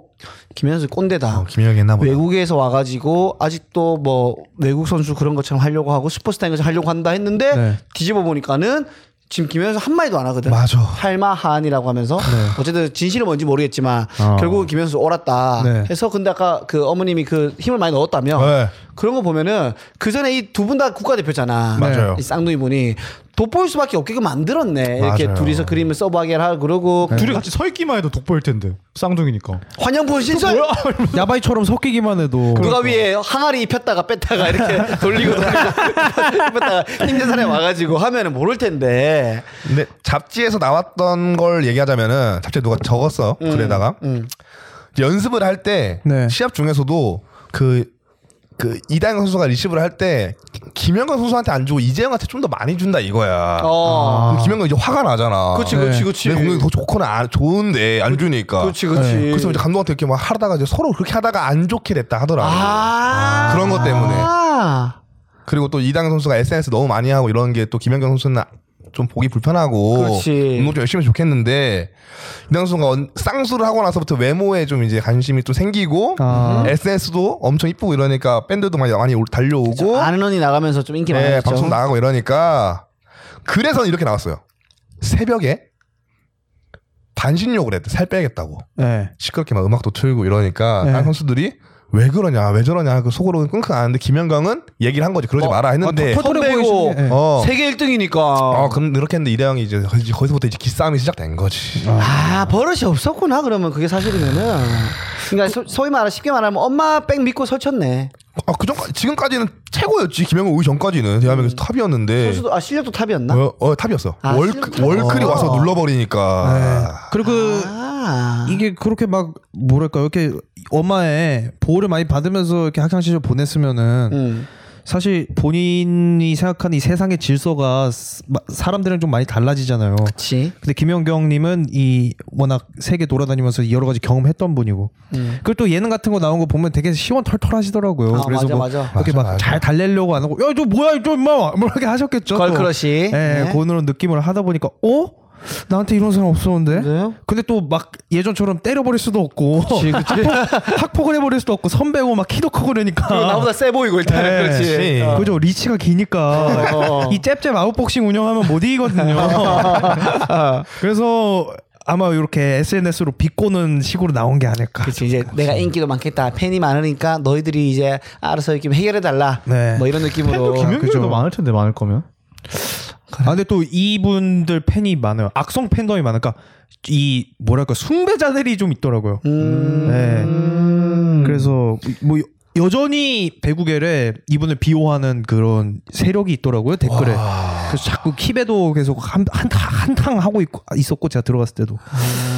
Speaker 1: 김현수 꼰대다.
Speaker 3: 어, 김영이 했나 보다.
Speaker 1: 외국에서 와가지고 아직도 뭐 외국 선수 그런 것처럼 하려고 하고 슈퍼스타인 것처럼 하려고 한다 했는데
Speaker 2: 네.
Speaker 1: 뒤집어 보니까는 지금 김현수 한 마디도 안 하거든.
Speaker 3: 맞아. 네.
Speaker 1: 할마한이라고 하면서 어쨌든 진실은 뭔지 모르겠지만
Speaker 3: 어.
Speaker 1: 결국은 김현수 옳았다
Speaker 2: 네.
Speaker 1: 해서 근데 아까 그 어머님이 그 힘을 많이 넣었다며
Speaker 3: 네.
Speaker 1: 그런 거 보면은 그 전에 이 두 분 다 국가대표잖아.
Speaker 3: 맞아요.
Speaker 1: 이 쌍둥이 분이 돋보일 수밖에 없게끔 만들었네. 이렇게
Speaker 3: 맞아요. 네. 아,
Speaker 1: 둘이서 그림을 써보게 하고 그러고
Speaker 4: 둘이
Speaker 2: 네.
Speaker 4: 같이 서 있기만 해도 독보일 텐데 쌍둥이니까.
Speaker 2: 아,
Speaker 1: 환영부 신설
Speaker 2: 야바이처럼 섞이기만 해도
Speaker 3: 그러니까.
Speaker 1: 누가 위에 항아리 입혔다가 뺐다가 이렇게 돌리고 돌리고 뺐다가 힘든 사람이 와가지고 하면은 모를 텐데.
Speaker 3: 근데 잡지에서 나왔던 걸 얘기하자면은 잡지에 누가 적었어
Speaker 1: 음,
Speaker 3: 글에다가 연습을 할 때
Speaker 2: 네.
Speaker 3: 시합 중에서도 그 그 이다영 선수가 리시브를 할 때 김영건 선수한테 안 주고 이재영한테 좀 더 많이 준다 이거야. 아.
Speaker 1: 어.
Speaker 3: 그럼 김영건 이제 화가 나잖아.
Speaker 1: 그치,
Speaker 2: 네.
Speaker 1: 그치, 그치.
Speaker 3: 내 공격이 더 좋거나 안- 좋은데 안 주니까.
Speaker 1: 그치, 그치.
Speaker 2: 네.
Speaker 3: 래서 이제 감독한테 이렇게 막 하다가 이제 서로 그렇게 하다가 안 좋게 됐다 하더라고.
Speaker 1: 아.
Speaker 3: 그런 것 때문에.
Speaker 1: 아.
Speaker 3: 그리고 또 이당 선수가 SNS 너무 많이 하고 이런 게 또 김연경 선수는 좀 보기 불편하고
Speaker 1: 그렇지.
Speaker 3: 운동 좀 열심히 해서 좋겠는데 이당 선수가 언- 쌍수를 하고 나서부터 외모에 좀 이제 관심이 또 생기고 음.
Speaker 2: 아.
Speaker 3: SNS도 엄청 이쁘고 이러니까 팬들도 많이 많이 올- 달려오고
Speaker 1: 아는 언니 나가면서 좀 인기
Speaker 3: 뭐? 네,
Speaker 1: 많았죠.
Speaker 3: 방송 나가고 이러니까 그래서 이렇게 나왔어요. 새벽에 반신욕을 했대 살 빼겠다고
Speaker 2: 네.
Speaker 3: 시끄럽게 막 음악도 틀고 이러니까
Speaker 2: 네.
Speaker 3: 다른 선수들이 왜 그러냐 왜 저러냐 그 속으로는 끙끙 아는데 김연경은 얘기를 한 거지 그러지
Speaker 1: 어,
Speaker 3: 마라 했는데
Speaker 2: 아, 터- 터뜨려
Speaker 1: 선배고
Speaker 2: 보이시네. 네.
Speaker 3: 어.
Speaker 1: 세계 1등이니까.
Speaker 3: 어, 그럼 그렇게 했는데 이대형이 이제 거기- 거기서부터 이제 기싸움이 시작된 거지.
Speaker 1: 아 버릇이 없었구나 그러면 그게 사실이면은 그러니까 소, 소위 말하 쉽게 말하면 엄마 백 믿고 설쳤네
Speaker 3: 아, 그 전까지 지금까지는 최고였지. 김영우 오기 전까지는 대한민국에서 탑이었는데.
Speaker 1: 음. 선수도 아 실력도 탑이었나?
Speaker 3: 어, 어, 탑이었어.
Speaker 1: 아,
Speaker 3: 월
Speaker 1: 실력도 어. 탑.
Speaker 3: 월클이 와서 눌러버리니까.
Speaker 2: 그리고 그
Speaker 1: 아
Speaker 2: 이게 그렇게 막 뭐랄까 이렇게 엄마의 보호를 많이 받으면서 이렇게 학창 시절 보냈으면은
Speaker 1: 음.
Speaker 2: 사실 본인이 생각하는 이 세상의 질서가 스- 마- 사람들이랑 좀 많이 달라지잖아요.
Speaker 1: 그치.
Speaker 2: 근데 김연경님은 이 워낙 세계 돌아다니면서 여러 가지 경험했던 분이고
Speaker 1: 음.
Speaker 2: 그리고 또 예능 같은 거 나온 거 보면 되게 시원털털하시더라고요.
Speaker 1: 아,
Speaker 2: 그래서
Speaker 1: 맞아,
Speaker 2: 뭐
Speaker 1: 맞아.
Speaker 2: 이렇게
Speaker 3: 맞아,
Speaker 2: 막
Speaker 3: 맞아.
Speaker 2: 잘 달래려고 안 하고 야저 뭐야 저 임마 뭐 이렇게 하셨겠죠. 또.
Speaker 1: 걸크러시. 네.
Speaker 2: 예, 그런 느낌을 하다 보니까 어 나한테 이런 사람 없었는데.
Speaker 1: 네.
Speaker 2: 근데 또 막 예전처럼 때려버릴 수도 없고 학폭, 학폭을 해버릴 수도 없고 선배고 막 키도 크고 그러니까
Speaker 3: 아.
Speaker 1: 그리고 나보다 세 보이고 일단은
Speaker 2: 네,
Speaker 1: 그렇지.
Speaker 3: 씨.
Speaker 1: 어.
Speaker 2: 그죠 리치가 기니까
Speaker 1: 어.
Speaker 2: 이 잽잽 아웃복싱 운영하면 못 이기거든요 그래서 아마 이렇게 SNS로 비꼬는 식으로 나온 게 아닐까
Speaker 1: 그치 이제 내가 인기도 많겠다 팬이 많으니까 너희들이 이제 알아서 이렇게 해결해 달라
Speaker 2: 네.
Speaker 1: 뭐 이런 느낌으로
Speaker 4: 팬도 김연경도
Speaker 2: 그죠.
Speaker 4: 많을 텐데 많을 거면
Speaker 2: 아 근데 또 이분들 팬이 많아요 악성 팬덤이 많으니까 이 뭐랄까 숭배자들이 좀 있더라고요
Speaker 1: 음.
Speaker 2: 네. 그래서 뭐 여- 여전히 배구계를 이분을 비호하는 그런 세력이 있더라고요 댓글에. 그래서 자꾸 킵에도 계속 한- 한탕 한탕 하고 있고, 있었고 제가 들어갔을 때도.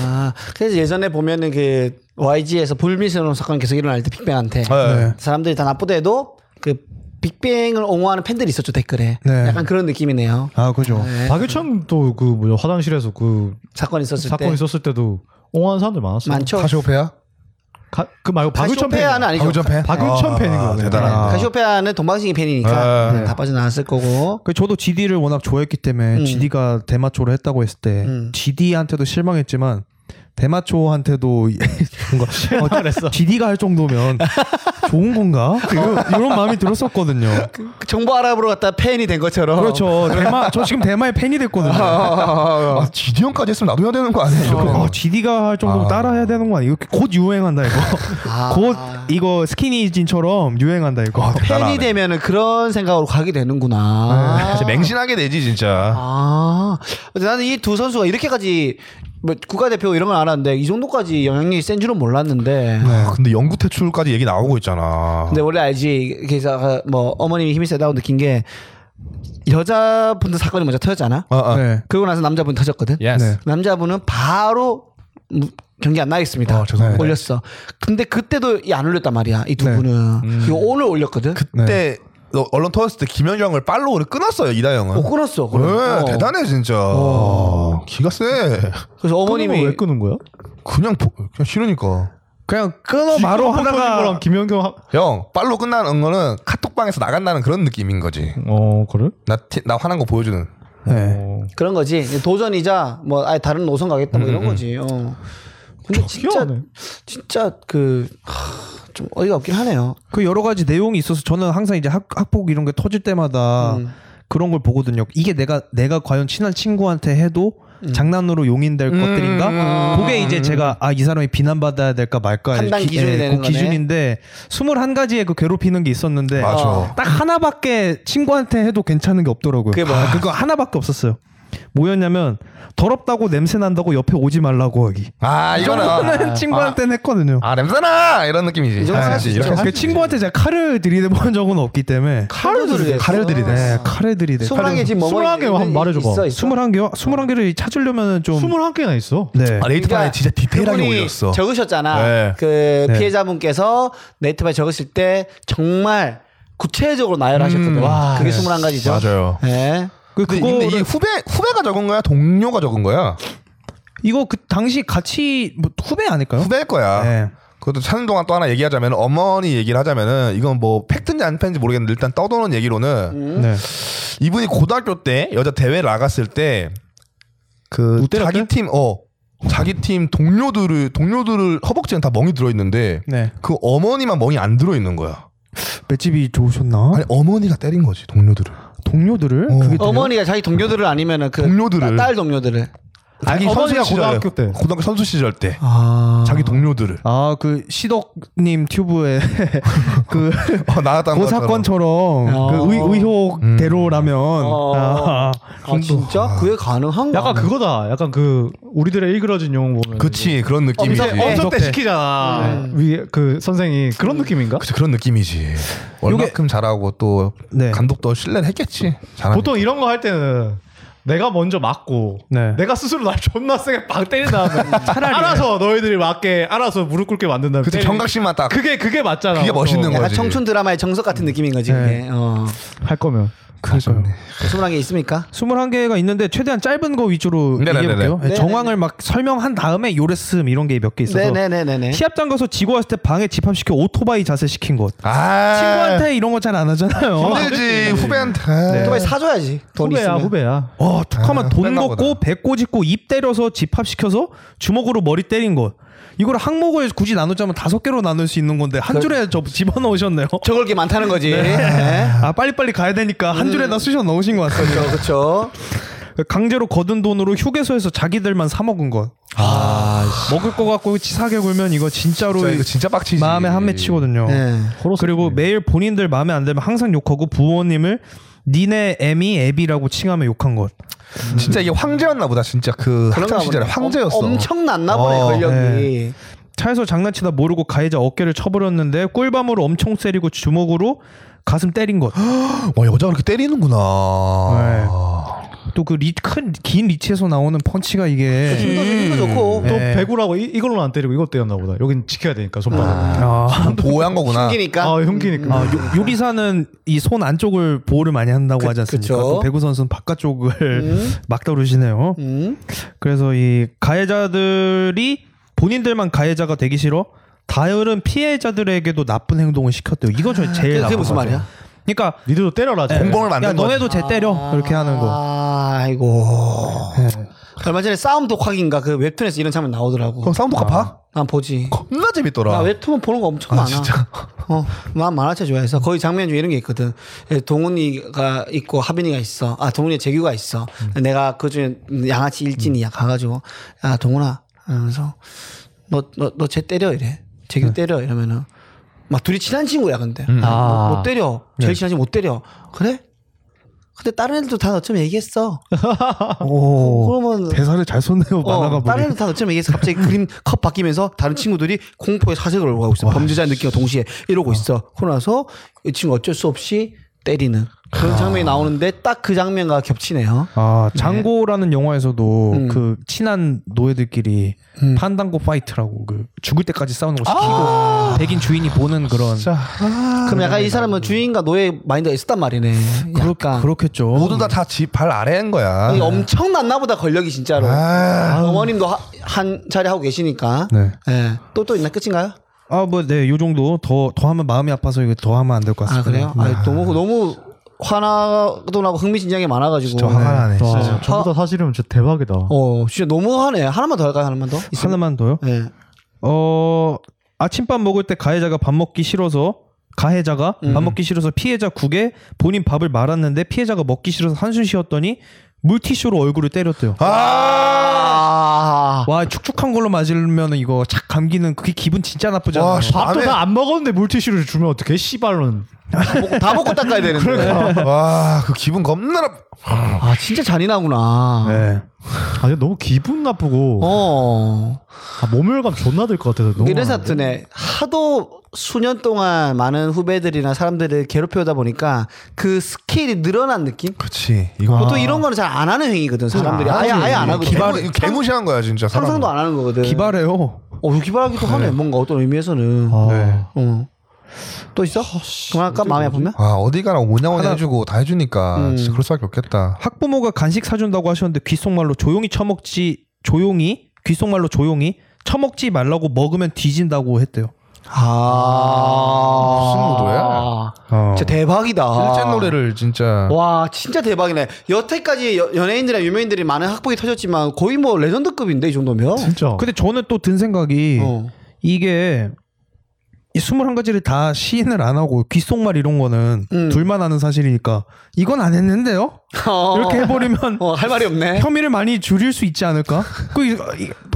Speaker 1: 아, 그래서 예전에 보면은 그 YG에서 불미스러운 사건 계속 일어날 때 빅뱅한테
Speaker 3: 네.
Speaker 1: 사람들이 다 나쁘대도 그 빅뱅을 옹호하는 팬들이 있었죠 댓글에
Speaker 2: 네.
Speaker 1: 약간 그런 느낌이네요
Speaker 2: 아 그죠.
Speaker 1: 네.
Speaker 4: 박유창도 그 뭐냐 화장실에서 그
Speaker 1: 사건 있었을
Speaker 4: 사건
Speaker 1: 때
Speaker 4: 있었을 때도 옹호하는 사람들 많았어요.
Speaker 1: 많죠
Speaker 3: 카시오페아?
Speaker 4: 가- 그 말고 박유천 팬.
Speaker 1: 카시오페아는 아니죠
Speaker 3: 박유천패?
Speaker 4: 박유천 팬인 거네.
Speaker 3: 대단하다.
Speaker 2: 아.
Speaker 1: 카시오페아는 동방신기 팬이니까 네, 다 빠져나왔을 거고
Speaker 2: 그 저도 GD를 워낙 좋아했기 때문에
Speaker 1: 음.
Speaker 2: GD가 대마초를 했다고 했을 때
Speaker 1: 음.
Speaker 2: GD한테도 실망했지만 대마초한테도 뭔가 실망했어. GD가 할 정도면 좋은 건가? 이런, 이런 마음이 들었었거든요.
Speaker 1: 그 정보 알아보러 갔다 팬이 된 것처럼
Speaker 2: 그렇죠. 대마 저 지금 대마의 팬이 됐거든요.
Speaker 3: 아, 지디언까지 했으면 나도 해야 되는 거 아니에요?
Speaker 2: 어, GD가 할 정도면
Speaker 3: 아.
Speaker 2: 따라해야 되는 거 아니에요? 이거 곧 유행한다 이거.
Speaker 1: 아.
Speaker 2: 곧 이거 스키니진처럼 유행한다 이거.
Speaker 1: 팬이
Speaker 3: 대단하네. 네.
Speaker 1: 되면은 그런 생각으로 가게 되는구나
Speaker 3: 진짜 맹신하게 되지 진짜.
Speaker 1: 아, 근데 나는 이 두 선수가 이렇게까지 뭐 국가대표 이런 건 알았는데 이 정도까지 영향력이 센 줄은 몰랐는데.
Speaker 3: 아, 근데 영구 퇴출까지 얘기 나오고 있잖아.
Speaker 1: 네. 근데 원래 알지. 그래서 뭐 어머님이 힘이 세다고 느낀 게 여자분들 사건이 먼저 터졌잖아.
Speaker 3: 아, 아.
Speaker 2: 네.
Speaker 1: 그러고 나서 남자분 터졌거든.
Speaker 3: Yes.
Speaker 1: 남자분은 바로 무- 경기 안 나겠습니다.
Speaker 3: 아, 죄송합니다.
Speaker 1: 올렸어. 근데 그때도 이 안 올렸단 말이야. 이 두
Speaker 2: 네.
Speaker 1: 분은. 이거 오늘 올렸거든.
Speaker 3: 그때 너 언론 터졌을 때 김현정을 팔로우를 끊었어요 이다영은.
Speaker 1: 어, 끊었어.
Speaker 3: 네,
Speaker 1: 그럼. 어.
Speaker 3: 대단해 진짜.
Speaker 2: 어.
Speaker 3: 기가 세.
Speaker 1: 그래서
Speaker 4: 어머님이
Speaker 1: 어머님이
Speaker 4: 왜 끄는 거야?
Speaker 3: 그냥 보- 그냥 싫으니까.
Speaker 2: 그냥 끊어 바로
Speaker 4: 지금 터진
Speaker 2: 하다가
Speaker 4: 거랑 김연경 하...
Speaker 3: 형 팔로우 끝나는 거는 카톡방에서 나간다는 그런 느낌인 거지.
Speaker 4: 어 그래? 어.
Speaker 3: 나 티- 나 화난 거 보여주는.
Speaker 2: 네.
Speaker 1: 그런 거지. 이제 도전이자 뭐 아예 다른 노선 가겠다
Speaker 3: 음,
Speaker 1: 뭐 이런 거지. 어. 근데 진짜
Speaker 4: 귀여워네.
Speaker 1: 진짜 그 좀 어이가 없긴 하네요.
Speaker 2: 그 여러 가지 내용이 있어서 저는 항상 이제 학, 학폭 이런 게 터질 때마다
Speaker 1: 음.
Speaker 2: 그런 걸 보거든요. 이게 내가 내가 과연 친한 친구한테 해도
Speaker 1: 음.
Speaker 2: 장난으로 용인될 것들인가? 그게 이제 제가 아 이 사람이 비난받아야 될까 말까의
Speaker 1: 판단 기준이 되는
Speaker 2: 그
Speaker 1: 거네.
Speaker 2: 기준인데 21가지의 그 괴롭히는 게 있었는데
Speaker 3: 맞아.
Speaker 1: 어.
Speaker 2: 딱 하나밖에 친구한테 해도 괜찮은 게 없더라고요.
Speaker 1: 그게 뭐야?
Speaker 2: 아, 그거 하나밖에 없었어요. 뭐였냐면 더럽다고 냄새 난다고 옆에 오지 말라고 하기.
Speaker 3: 아 이거는
Speaker 2: 저는 친구한테는 했거든요.
Speaker 3: 아 냄새나 이런 느낌이지.
Speaker 1: 정도는
Speaker 3: 아,
Speaker 1: 할수
Speaker 3: 그렇지. 이렇게
Speaker 1: 있죠.
Speaker 2: 그 친구한테 제가 칼을 들이대본 적은 없기 때문에
Speaker 1: 칼을 들이댔어? 칼을 들이댔어.
Speaker 2: 네, 칼을 들이대.
Speaker 1: 스물한 개 지금 먹어.
Speaker 4: 스물한 개 한번 말해줘봐.
Speaker 1: 있어, 있어.
Speaker 2: 21개요? 21개를 찾으려면 좀
Speaker 4: 21개나 있어.
Speaker 2: 네.
Speaker 3: 아, 네이트판에
Speaker 1: 그러니까
Speaker 3: 진짜 디테일하게
Speaker 1: 그분이
Speaker 3: 올렸어.
Speaker 1: 적으셨잖아.
Speaker 3: 네.
Speaker 1: 그
Speaker 2: 네.
Speaker 1: 피해자분께서 네이트바에 적으실 때 정말 구체적으로 나열하셨거든. 요 그게 21가지죠.
Speaker 3: 음. 네. 맞아요.
Speaker 1: 네.
Speaker 2: 그
Speaker 3: 근데,
Speaker 2: 그거
Speaker 3: 근데 이 후배 후배가 적은 거야? 동료가 적은 거야?
Speaker 2: 이거 그 당시 같이 뭐 후배 아닐까요?
Speaker 3: 후배일 거야.
Speaker 2: 네.
Speaker 3: 그것도 찾는 동안 또 하나 얘기하자면 어머니 얘기를 하자면은 이건 뭐 팩트인지 안 팩트인지 모르겠는데 일단 떠도는
Speaker 4: 음.
Speaker 3: 얘기로는
Speaker 2: 네.
Speaker 3: 이분이 고등학교 때 여자 대회 나갔을 때 그 자기 팀 어 자기 팀 동료들을 동료들을 허벅지엔 다 멍이 들어 있는데
Speaker 2: 네.
Speaker 3: 그 어머니만 멍이 안 들어 있는 거야.
Speaker 1: 음?
Speaker 2: 맷집이 좋으셨나?
Speaker 3: 아니 어머니가 때린 거지 동료들을.
Speaker 2: 동료들을
Speaker 3: 어.
Speaker 2: 그게 돼요?
Speaker 1: 어머니가 자기 동료들을 아니면은 그
Speaker 3: 동료들을.
Speaker 1: 따- 딸 동료들을
Speaker 3: 자기
Speaker 4: 어머니가
Speaker 3: 선수 시절에,
Speaker 4: 고등학교 때.
Speaker 3: 고등학교 선수 시절 때
Speaker 2: 아.
Speaker 3: 자기 동료들을
Speaker 2: 아, 그 시덕님 튜브에 그
Speaker 4: 아.
Speaker 3: 어, 나갔다는 거잖아.
Speaker 2: 고사건처럼 그 의, 의혹대로라면
Speaker 1: 어.
Speaker 2: 아,
Speaker 1: 아 진짜 그게 가능한가?
Speaker 4: 약간 그거다. 약간 그 우리들의 일그러진 용어 보면
Speaker 3: 어. 그치 그런 느낌이지.
Speaker 1: 엄청- 엄청
Speaker 4: 엄청 때 시키잖아. 위에 그 선생이 그런 느낌인가?
Speaker 3: 그치, 그런 느낌이지. 얼마큼 잘하고 또
Speaker 2: 네.
Speaker 3: 감독도 신뢰를 했겠지. 잘하니까.
Speaker 4: 보통 이런 거 할 때는 내가 먼저 맞고
Speaker 2: 네.
Speaker 4: 내가 스스로 날 존나 세게 빵 때린 다음에 알아서 너희들이 맞게 알아서 무릎 꿇게 만든 다음에
Speaker 3: 그치
Speaker 4: 때리는-
Speaker 3: 경각심만 딱
Speaker 4: 그게 그게 맞잖아
Speaker 3: 그게 멋있는
Speaker 1: 약간
Speaker 3: 거지. 네.
Speaker 1: 청춘 드라마의 정석 같은 느낌인 거지 그게. 어.
Speaker 5: 할 거면
Speaker 3: 그렇죠.
Speaker 2: 그러니까요.
Speaker 1: 소문한 게 있습니까?
Speaker 2: 21개가 있는데 최대한 짧은 거 위주로
Speaker 3: 네네네네.
Speaker 2: 얘기해볼게요.
Speaker 1: 네네네.
Speaker 2: 정황을 막 설명한 다음에 요랬음 이런 게 몇 개 있어서
Speaker 1: 네네네네네.
Speaker 2: 시합장 가서 지고 왔을 때 방에 집합시켜 오토바이 자세 시킨 것.
Speaker 3: 아
Speaker 2: 친구한테 이런 거 잘 안 하잖아요.
Speaker 3: 힘들지 후배한테
Speaker 1: 오토바이 사줘야지. 돈
Speaker 4: 후배야
Speaker 1: 있으면.
Speaker 4: 후배야
Speaker 2: 어, 툭하면
Speaker 3: 아,
Speaker 2: 돈
Speaker 3: 뺐나
Speaker 2: 먹고
Speaker 3: 보다.
Speaker 2: 배꼽 짚고 입 때려서 집합시켜서 주먹으로 머리 때린 것. 이걸 항목을 굳이 나누자면 다섯 개로 나눌 수 있는 건데
Speaker 3: 그
Speaker 2: 한 줄에 저 집어넣으셨네요.
Speaker 1: 저걸 게 많다는 거지. 네.
Speaker 2: 아 빨리빨리 가야 되니까 한 줄에
Speaker 3: 음.
Speaker 2: 다 쑤셔 넣으신 것 같아요.
Speaker 1: 그렇죠, 그렇죠.
Speaker 2: 강제로 거둔 돈으로 휴게소에서 자기들만 사 먹은 것.
Speaker 3: 아,
Speaker 2: 먹을 거 갖고 치사하게 굴면 이거 진짜로
Speaker 3: 진짜 이거 진짜 빡치지
Speaker 2: 마음에 한 맺히거든요.
Speaker 1: 네.
Speaker 2: 그리고 매일 본인들 마음에 안 들면 항상 욕하고 부모님을 니네 애미 애비라고 칭하며 욕한 것.
Speaker 3: 진짜 이게 황제였나 보다 진짜 그 학창
Speaker 1: 그런가
Speaker 3: 시절에
Speaker 1: 보네.
Speaker 3: 황제였어
Speaker 1: 어, 엄청났나 보네
Speaker 3: 어,
Speaker 1: 권력이.
Speaker 2: 차에서 장난치다 모르고 가해자 어깨를 쳐버렸는데 꿀밤으로 엄청 세리고 주먹으로 가슴 때린 것.
Speaker 3: 와 여자 그렇게 때리는구나
Speaker 2: 또 그 큰 긴 리치에서 나오는 펀치가 이게
Speaker 1: 네. 힘도 힘도 좋고
Speaker 3: 음.
Speaker 4: 또
Speaker 2: 네.
Speaker 4: 배구라고 이, 이걸로는 안 때리고 이걸 때렸나 보다 여긴 지켜야 되니까 손바닥
Speaker 2: 아,
Speaker 3: 보호한 거구나
Speaker 1: 기니까.
Speaker 4: 아 흉기니까
Speaker 2: 아, 요, 요리사는 이 손 안쪽을 보호를 많이 한다고 하지 않습니까?
Speaker 1: 그쵸.
Speaker 2: 그 배구 선수는 바깥쪽을 막 다루시네요.
Speaker 1: 음.
Speaker 2: 그래서 이 가해자들이 본인들만 가해자가 되기 싫어 다른 피해자들에게도 나쁜 행동을 시켰대요. 이거 저 제일
Speaker 1: 그게
Speaker 2: 나쁜
Speaker 1: 무슨
Speaker 2: 거죠.
Speaker 1: 말이야?
Speaker 2: 그러니까
Speaker 4: 니들도 때려라 쟤.
Speaker 3: 공범을
Speaker 2: 야
Speaker 3: 만든 거지
Speaker 2: 너네도 쟤 때려
Speaker 1: 아.
Speaker 2: 이렇게 하는 거.
Speaker 1: 아이고. 얼마 전에 싸움 독학인가 그 웹툰에서 이런 장면 나오더라고.
Speaker 3: 그럼 사운드 갚아?
Speaker 1: 난 보지.
Speaker 3: 겁나
Speaker 1: 나
Speaker 3: 재밌더라
Speaker 1: 웹툰 보는 거 엄청 많아.
Speaker 3: 아. 진짜?
Speaker 1: 어, 난 만화책 좋아해서 거의 장면 중에 이런 게 있거든. 예, 동훈이가 있고 하빈이가 있어. 아, 동훈이 재규가 있어.
Speaker 3: 음.
Speaker 1: 내가 그 중에 양아치 일진이야. 가가지고 야 동훈아, 이러면서 너 너 너 쟤 때려 이래.
Speaker 3: 네.
Speaker 1: 재규 때려 이러면은 막 둘이 친한 친구야 근데
Speaker 3: 음.
Speaker 5: 아.
Speaker 1: 못 때려.
Speaker 3: 네.
Speaker 1: 제일 친한 친구 못 때려. 그래? 근데 다른 애들도 다 너처럼 얘기했어.
Speaker 3: 어.
Speaker 2: 오.
Speaker 1: 아. 그러면
Speaker 2: 대사를 잘 썼네요 뭐 만화가
Speaker 1: 어, 다른
Speaker 2: 보니.
Speaker 1: 애들 다 어쩌면 얘기해서 갑자기 그림 컵 바뀌면서 다른 친구들이 공포의 사색을 오고 있어. 범죄자의 느낌과 동시에 이러고 있어. 그러고 나서 이 친구 어쩔 수 없이 때리는 그런 장면이 나오는데 딱 그 장면과 겹치네요.
Speaker 2: 아
Speaker 1: 네.
Speaker 2: 장고라는 영화에서도
Speaker 1: 음.
Speaker 2: 그 친한 노예들끼리 판단고 파이트라고 그 죽을 때까지 싸우는 거 시키고
Speaker 1: 아.
Speaker 2: 백인 주인이 보는 그런
Speaker 3: 아,
Speaker 1: 그럼 약간 이 사람은 주인과 노예 마인드가 있었단 말이네. 약간
Speaker 2: 그렇겠죠.
Speaker 3: 모두 다 다 집 발 아래인 거야
Speaker 1: 이 어, 엄청났나 보다 권력이 진짜로.
Speaker 3: 아
Speaker 1: 어머님도 하- 한 자리 하고 계시니까.
Speaker 2: 네.
Speaker 1: 예. 또 또 있나 끝인가요?
Speaker 2: 아 뭐 네 요 정도 더 더 하면 마음이 아파서 이거 더 하면 안 될 것
Speaker 1: 아 그래요?
Speaker 2: 같습니다.
Speaker 1: 아 너무 너무 화나도 나고 흥미진진한 게 많아가지고.
Speaker 3: 진짜 화가 나네
Speaker 4: 와,
Speaker 3: 진짜
Speaker 4: 전부 다 사실이면 진짜 대박이다
Speaker 1: 어 진짜 너무하네. 하나만 더 할까요? 하나만 더? 있으면?
Speaker 2: 하나만 더요.
Speaker 1: 예.
Speaker 2: 어 아침밥 먹을 때 가해자가 밥 먹기 싫어서 가해자가
Speaker 3: 음.
Speaker 2: 밥 먹기 싫어서 피해자 국에 본인 밥을 말았는데 피해자가 먹기 싫어서 한숨 쉬었더니 물티슈로 얼굴을 때렸대요.
Speaker 3: 아
Speaker 1: 아.
Speaker 2: 와 축축한 걸로 맞으면 이거 착 감기는 그게 기분 진짜 나쁘잖아요.
Speaker 3: 와, 씨,
Speaker 4: 밥도
Speaker 3: 밤에-
Speaker 4: 다 안 먹었는데 물티슈를 주면 어떡해 씨발론
Speaker 1: 다 먹고, 다 먹고 닦아야 되는데.
Speaker 3: 그러니까. 와, 그 기분 겁나 나-
Speaker 1: 아, 진짜 잔인하구나.
Speaker 2: 네.
Speaker 4: 아 근데 너무 기분 나쁘고
Speaker 1: 어.
Speaker 4: 아, 모멸감 존나 들 것 같아서 너무
Speaker 1: 이런
Speaker 4: 화나.
Speaker 1: 생각 드네. 하도 수년 동안 많은 후배들이나 사람들을 괴롭혀오다 보니까 그 스케일이 늘어난 느낌?
Speaker 3: 그치 이거
Speaker 1: 보통 이런 거는 잘 안 하는 행위거든. 사람들이 아예 아예 안 하거든.
Speaker 3: 개무, 이거 개무시한 거야 진짜 사람
Speaker 1: 상상도 안 하는 거거든.
Speaker 2: 기발해요.
Speaker 1: 어, 기발하기도 하네. 뭔가 어떤 의미에서는.
Speaker 4: 아,
Speaker 1: 어. 또 있어? 그만할까? 마음이 아프면?
Speaker 3: 아 어디 가나 오냐오냐 해주고 다 해주니까
Speaker 1: 음.
Speaker 3: 진짜 그럴 수밖에 없겠다
Speaker 2: 학부모가 간식 사준다고 하셨는데 귓속말로 조용히 처먹지 조용히 귓속말로 조용히 처먹지 말라고 먹으면 뒤진다고 했대요.
Speaker 1: 아.
Speaker 3: 무슨 노래야?
Speaker 1: 진짜 대박이다.
Speaker 3: 일제 어. 노래를 진짜
Speaker 1: 와 진짜 대박이네. 여태까지 여- 연예인들이나 유명인들이 많은 학폭이 터졌지만 거의 뭐 레전드급인데 이 정도면.
Speaker 3: 어.
Speaker 4: 진짜 그,
Speaker 2: 근데 저는 또 든 생각이
Speaker 1: 어.
Speaker 2: 이게 이 21가지를 다 시인을 안 하고 귓속말 이런 거는
Speaker 1: 음.
Speaker 2: 둘만 아는 사실이니까 이건 안 했는데요?
Speaker 3: 어.
Speaker 2: 이렇게 해버리면
Speaker 1: 어, 할 말이 없네.
Speaker 2: 혐의를 많이 줄일 수 있지 않을까? 그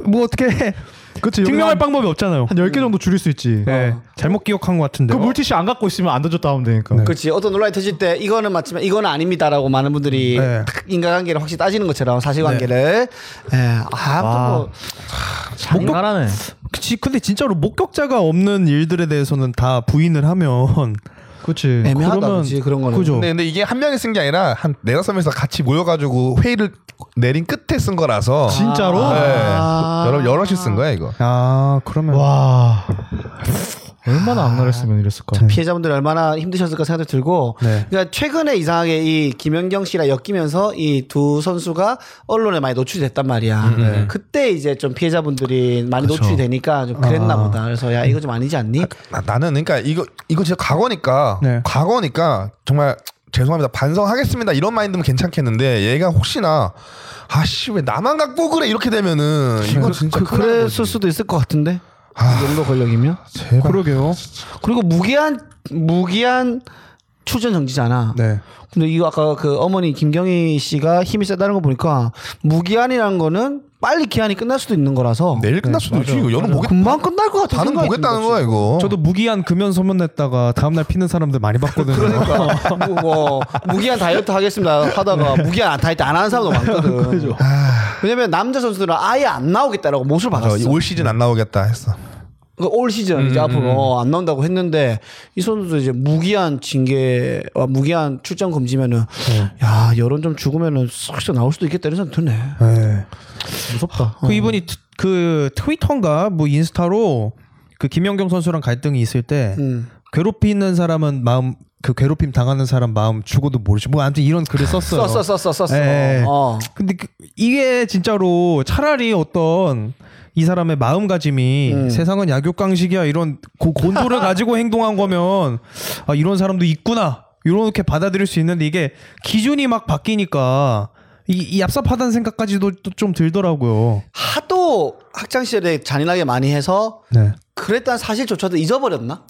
Speaker 2: 그뭐 어떻게 해.
Speaker 4: 그치 여기
Speaker 2: 증명할
Speaker 4: 한,
Speaker 2: 방법이 없잖아요.
Speaker 4: 한 10개 정도 줄일 수 있지
Speaker 2: 네, 잘못 기억한 것 같은데. 어?
Speaker 4: 그 물티슈 안 갖고 있으면 안 던졌다 하면 되니까
Speaker 1: 그렇지 어떤 논란이 터질 때 이거는 맞지만 이거는 아닙니다라고 많은 분들이
Speaker 2: 네.
Speaker 1: 탁 인간관계를 확실히 따지는 것처럼 사실관계를
Speaker 3: 네.
Speaker 1: 예, 예아또뭐
Speaker 5: 장난하네.
Speaker 2: 그 그치, 근데 진짜로 목격자가 없는 일들에 대해서는 다 부인을 하면
Speaker 5: 그치.
Speaker 1: 애매하다,
Speaker 2: 그러면
Speaker 1: 그치, 그런 거는.
Speaker 2: 그죠.
Speaker 3: 근데, 근데 이게 한 명이 쓴 게 아니라 한 네다섯 명이서 같이 모여가지고 회의를 내린 끝에 쓴 거라서
Speaker 4: 진짜로?
Speaker 3: 네.
Speaker 1: 아.
Speaker 3: 여러 여럿이 쓴 거야 이거.
Speaker 2: 아 그러면 아.
Speaker 4: 와.
Speaker 5: 얼마나 악랄했으면 이랬을까.
Speaker 1: 피해자분들 얼마나 힘드셨을까 생각도 들고
Speaker 2: 네.
Speaker 1: 그러니까 최근에 이상하게 이 김연경 씨랑 엮이면서 이 두 선수가 언론에 많이 노출이 됐단 말이야.
Speaker 3: 음,
Speaker 1: 네. 그때 이제 좀 피해자분들이 많이 노출이 되니까 좀 그랬나
Speaker 2: 아.
Speaker 1: 보다. 그래서 야 이거 좀 아니지 않니?
Speaker 3: 나, 나는 그러니까 이거 이거 진짜 과거니까
Speaker 2: 네.
Speaker 3: 과거니까 정말 죄송합니다 반성하겠습니다 이런 마인드면 괜찮겠는데 얘가 혹시나 아씨 왜 나만 갖고 그래 이렇게 되면은 이거 진짜
Speaker 1: 그,
Speaker 3: 큰일 나는
Speaker 1: 그랬을
Speaker 3: 거지.
Speaker 1: 수도 있을 것 같은데.
Speaker 3: 아.
Speaker 1: 이 정도 권력이면
Speaker 3: 제발
Speaker 2: 그러게요.
Speaker 1: 그리고 무기한 무기한 출전 정지잖아.
Speaker 2: 네.
Speaker 1: 근데 이거 아까 그 어머니 김경희 씨가 힘이 세다는 거 보니까 무기한이라는 거는 빨리 기한이 끝날 수도 있는 거라서
Speaker 3: 내일 끝날 수도 있지 이거 여는 보겠
Speaker 1: 어, 금방 끝날 것 같아.
Speaker 3: 다는
Speaker 1: 네, 생각이
Speaker 3: 보겠다는
Speaker 1: 드는
Speaker 3: 거야 이거
Speaker 2: 저도 무기한 금연 소문 냈다가 다음날 피는 사람들 많이 봤거든요.
Speaker 1: 그러니까 뭐, 뭐 무기한 다이어트 하겠습니다 하다가 무기한 다이어트 안 하는 사람도 많거든. 아. 왜냐면 남자 선수들은 아예 안 나오겠다라고 못을
Speaker 3: 맞아,
Speaker 1: 박았어.
Speaker 3: 이올 시즌 안 나오겠다 했어
Speaker 1: 그러니까 올 시즌 이제 앞으로 어, 안 나온다고 했는데 이 선수도 이제 무기한 징계, 어, 무기한 출전 금지면은 야 여론 좀 죽으면은 쏙쏙 나올 수도 있겠다 이런 생각 드네.
Speaker 2: 네.
Speaker 1: 무섭다.
Speaker 2: 그 이분이 트- 그 트위터인가 뭐 인스타로 그 김연경 선수랑 갈등이 있을 때
Speaker 1: 음.
Speaker 2: 괴롭히는 사람은 마음 그 괴롭힘 당하는 사람 마음 죽어도 모르지 뭐 아무튼 이런 글을 썼어요.
Speaker 1: 썼어 썼어 썼어.
Speaker 2: 예.
Speaker 1: 어.
Speaker 2: 근데 그- 이게 진짜로 차라리 어떤 이 사람의 마음가짐이
Speaker 1: 음.
Speaker 2: 세상은 약육강식이야 이런 고- 곤도를 가지고 행동한 거면 아 이런 사람도 있구나 이렇게 받아들일 수 있는데 이게 기준이 막 바뀌니까 이, 이 얍삽하다는 생각까지도 또 좀 들더라고요.
Speaker 1: 하도 학창 시절에 잔인하게 많이 해서
Speaker 2: 네.
Speaker 1: 그랬다는 사실조차도 잊어버렸나?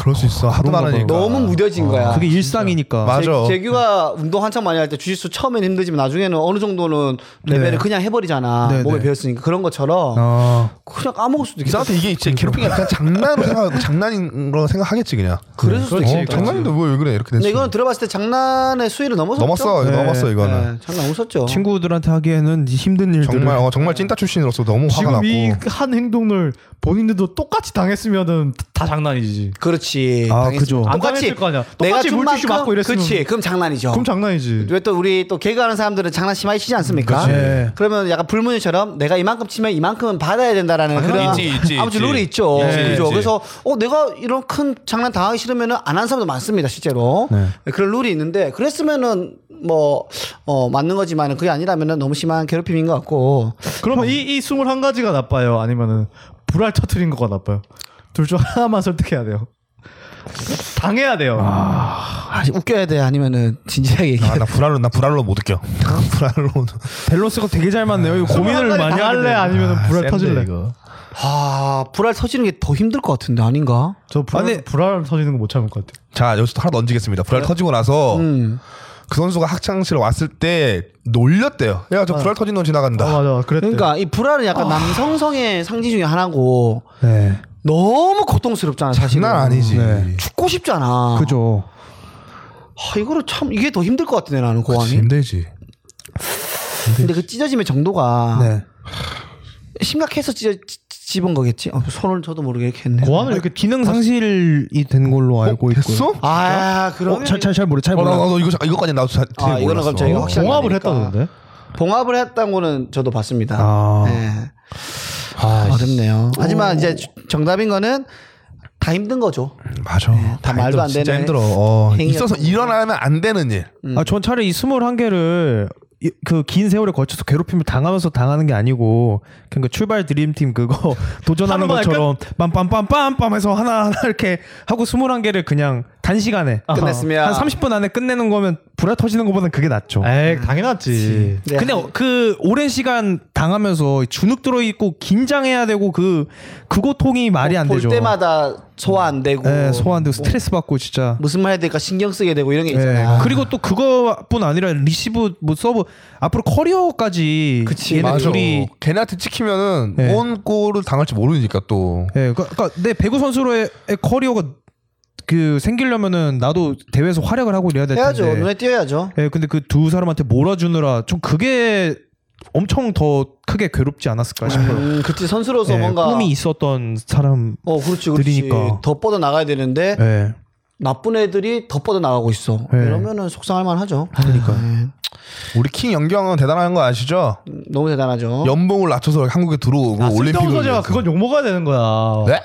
Speaker 3: 그럴 수 있어 하도
Speaker 2: 그런가
Speaker 3: 많으니까
Speaker 1: 너무 무뎌진 거야.
Speaker 2: 그게 일상이니까.
Speaker 3: 그러니까. 아, 맞아.
Speaker 1: 재, 재규가 운동 한창 많이 할 때 주짓수 처음엔 힘들지만 나중에는 어느 정도는 레벨을
Speaker 2: 네.
Speaker 1: 그냥 해버리잖아.
Speaker 2: 네,
Speaker 1: 몸에
Speaker 2: 네.
Speaker 1: 배웠으니까 그런 것처럼
Speaker 2: 아,
Speaker 1: 그냥 까먹을 수도 있겠다.
Speaker 3: 이사한테 이게 진짜 괴롭힘이 그냥 장난으로 생각하고 장난인 거 생각하겠지 그냥
Speaker 1: 그래서 수도 있지.
Speaker 3: 어, 장난인데 왜 그래 이렇게 됐어
Speaker 1: 근데 이거는 들어봤을 때 장난의 수위를 넘어섰죠.
Speaker 3: 네, 넘었어 이거
Speaker 2: 네.
Speaker 3: 넘었어
Speaker 1: 네,
Speaker 3: 이거는
Speaker 1: 장난 웃었죠.
Speaker 2: 친구들한테 하기에는 힘든
Speaker 1: 네.
Speaker 2: 일들.
Speaker 3: 어. 정말 어, 정말 찐따 출신으로서 너무 화가
Speaker 4: 지금
Speaker 3: 났고
Speaker 4: 이 한 행동을 본인들도 똑같이 당했으면은 다 장난이지.
Speaker 1: 그렇지.
Speaker 2: 아,
Speaker 1: 당했으면
Speaker 2: 그죠.
Speaker 4: 안
Speaker 1: 똑같이
Speaker 4: 당했을 거 아니야.
Speaker 1: 내가
Speaker 4: 똑같이
Speaker 1: 준
Speaker 4: 물티슈
Speaker 1: 만큼-
Speaker 4: 맞고 이랬으면.
Speaker 1: 그렇지. 그럼
Speaker 3: 어.
Speaker 1: 장난이죠.
Speaker 4: 그럼 장난이지.
Speaker 3: 네.
Speaker 1: 왜 또 우리 또 개그하는 사람들은 장난 심하게 치지 않습니까?
Speaker 2: 그치. 네.
Speaker 1: 그러면 약간 불문이처럼 내가 이만큼 치면 이만큼은 받아야 된다라는 그런
Speaker 3: 있지, 있지,
Speaker 1: 아무튼
Speaker 3: 있지. 예,
Speaker 1: 룰이 있죠.
Speaker 3: 있지,
Speaker 1: 그죠?
Speaker 3: 있지.
Speaker 1: 그래서 어 내가 이런 큰 장난 당하기 싫으면은 안 하는 사람도 많습니다, 실제로. 네, 그런 룰이 있는데 그랬으면은 뭐어 맞는 거지만은 그게 아니라면은 너무 심한 괴롭힘인 것 같고
Speaker 4: 그러면 이, 이 21가지가 나빠요? 아니면은 불알 터트린 거가 나빠요? 둘 중 하나만 선택해야 돼요. 당해야 돼요.
Speaker 1: 아, 웃겨야 돼 아니면은 진지하게 얘기해.
Speaker 3: 아 나 불알로 나 불알로 못 웃겨 불알로
Speaker 2: 밸런스가 되게 잘 맞네요. 이거 고민을
Speaker 4: 고민을 많이 할래? 아니면
Speaker 3: 아, 센데,
Speaker 4: 불알 터질래?
Speaker 3: 이거.
Speaker 1: 아 불알 터지는 게 더 힘들 것 같은데 아닌가?
Speaker 4: 저 불알,
Speaker 2: 아니-
Speaker 4: 불알 터지는 거 못 참을 것 같아요.
Speaker 3: 자 여기서 하나 얹으겠습니다 불알 터지고 나서
Speaker 1: 네. 음.
Speaker 3: 그 선수가 학창실 왔을 때 놀렸대요 야 저 불알 터진 놈 지나간다
Speaker 4: 아, 맞아. 그랬대.
Speaker 1: 그러니까 이 불알은 약간 남성성의 상징 중에 하나고
Speaker 2: 네.
Speaker 1: 너무 고통스럽잖아 사실은.
Speaker 3: 장난 아니지
Speaker 2: 네.
Speaker 1: 죽고 싶잖아.
Speaker 2: 그죠.
Speaker 1: 아, 이거를 참 이게 더 힘들 것 같은데 나는
Speaker 3: 그치,
Speaker 1: 고함이.
Speaker 3: 힘들지
Speaker 1: 근데 그 찢어짐의 정도가
Speaker 3: 아.
Speaker 2: 네.
Speaker 1: 심각해서 찢어 찌- 집은 거겠지. 어, 손을 저도 모르게 이렇게 했네.
Speaker 2: 보안을 이렇게 아, 기능 상실이 된 걸로 알고 있고.
Speaker 3: 됐어?
Speaker 1: 아 그럼.
Speaker 2: 어, 잘, 잘, 잘 모르, 잘
Speaker 3: 어, 나,
Speaker 2: 몰라.
Speaker 3: 나, 나 이거 이거까지 나도 잘
Speaker 1: 아, 이거는
Speaker 3: 몰랐어.
Speaker 1: 그럼 저희가 확실히-
Speaker 4: 봉합을
Speaker 1: 아니니까.
Speaker 4: 했다던데?
Speaker 1: 봉합을 했다는 거는 저도 봤습니다.
Speaker 2: 아.
Speaker 1: 네. 어렵네요. 하지만 이제 정답인 거는 다 힘든 거죠.
Speaker 3: 맞아
Speaker 1: 네, 다 말도
Speaker 3: 힘들어,
Speaker 1: 안
Speaker 3: 진짜
Speaker 1: 되네.
Speaker 3: 힘들어 어,
Speaker 1: 행위
Speaker 3: 있어서 일어나면 안 되는 일
Speaker 1: 음.
Speaker 2: 아, 전 차라리 이 21개를 그 긴 세월에 걸쳐서 괴롭힘을 당하면서 당하는 게 아니고 그러니까 출발 드림팀 그거 도전하는
Speaker 4: 하는 번에
Speaker 2: 것처럼 빰빰빰빰빰 해서 하나하나 이렇게 하고 21개를 그냥 단시간에
Speaker 1: 아. 끝냈습니다.
Speaker 2: 한 30분 안에 끝내는 거면 불화 터지는 것보다는 그게 낫죠.
Speaker 1: 아,
Speaker 4: 에이, 당연하지.
Speaker 1: 네.
Speaker 2: 근데 어, 그 오랜 시간 당하면서 주눅 들어 있고 긴장해야 되고 그 그고통이 말이 안
Speaker 1: 어, 볼
Speaker 2: 되죠.
Speaker 1: 때마다 어, 뭐. 소화 안 되고
Speaker 2: 예, 소환되고 스트레스 받고 진짜.
Speaker 1: 무슨 말 해야 될까 신경 쓰게 되고 이런 게
Speaker 2: 예,
Speaker 1: 있잖아요.
Speaker 2: 그리고 또 그거뿐 아니라 리시브 뭐 서브 앞으로 커리어까지
Speaker 1: 그치.
Speaker 2: 얘네
Speaker 3: 맞아
Speaker 2: 둘이
Speaker 3: 걔네한테 찍히면은
Speaker 2: 네.
Speaker 3: 뭔 골을 당할지 모르니까 또
Speaker 2: 예, 그러니까, 그러니까 내 배구 선수로의 의 커리어가 그 생기려면은 나도 대회에서 활약을 하고 이래야 될 텐데.
Speaker 1: 해야죠. 눈에 띄어야죠.
Speaker 2: 예, 근데 그 두 사람한테 몰아주느라 좀 그게 엄청 더 크게 괴롭지 않았을까 싶어요.
Speaker 1: 음, 그치 선수로서
Speaker 2: 예,
Speaker 1: 뭔가
Speaker 2: 꿈이 있었던 사람
Speaker 1: 어 그렇지 그렇지
Speaker 2: 들이니까.
Speaker 1: 더 뻗어 나가야 되는데
Speaker 2: 예.
Speaker 1: 나쁜 애들이 더 뻗어 나가고 있어.
Speaker 2: 네.
Speaker 1: 이러면은 속상할 만하죠. 그러니까
Speaker 3: 우리 킹 연경은 대단한 거 아시죠?
Speaker 1: 음, 너무 대단하죠.
Speaker 3: 연봉을 낮춰서 한국에 들어오고
Speaker 4: 아,
Speaker 3: 올림픽을
Speaker 4: 쓸데없는 소재가 그건 욕 먹어야 되는 거야.
Speaker 3: 네?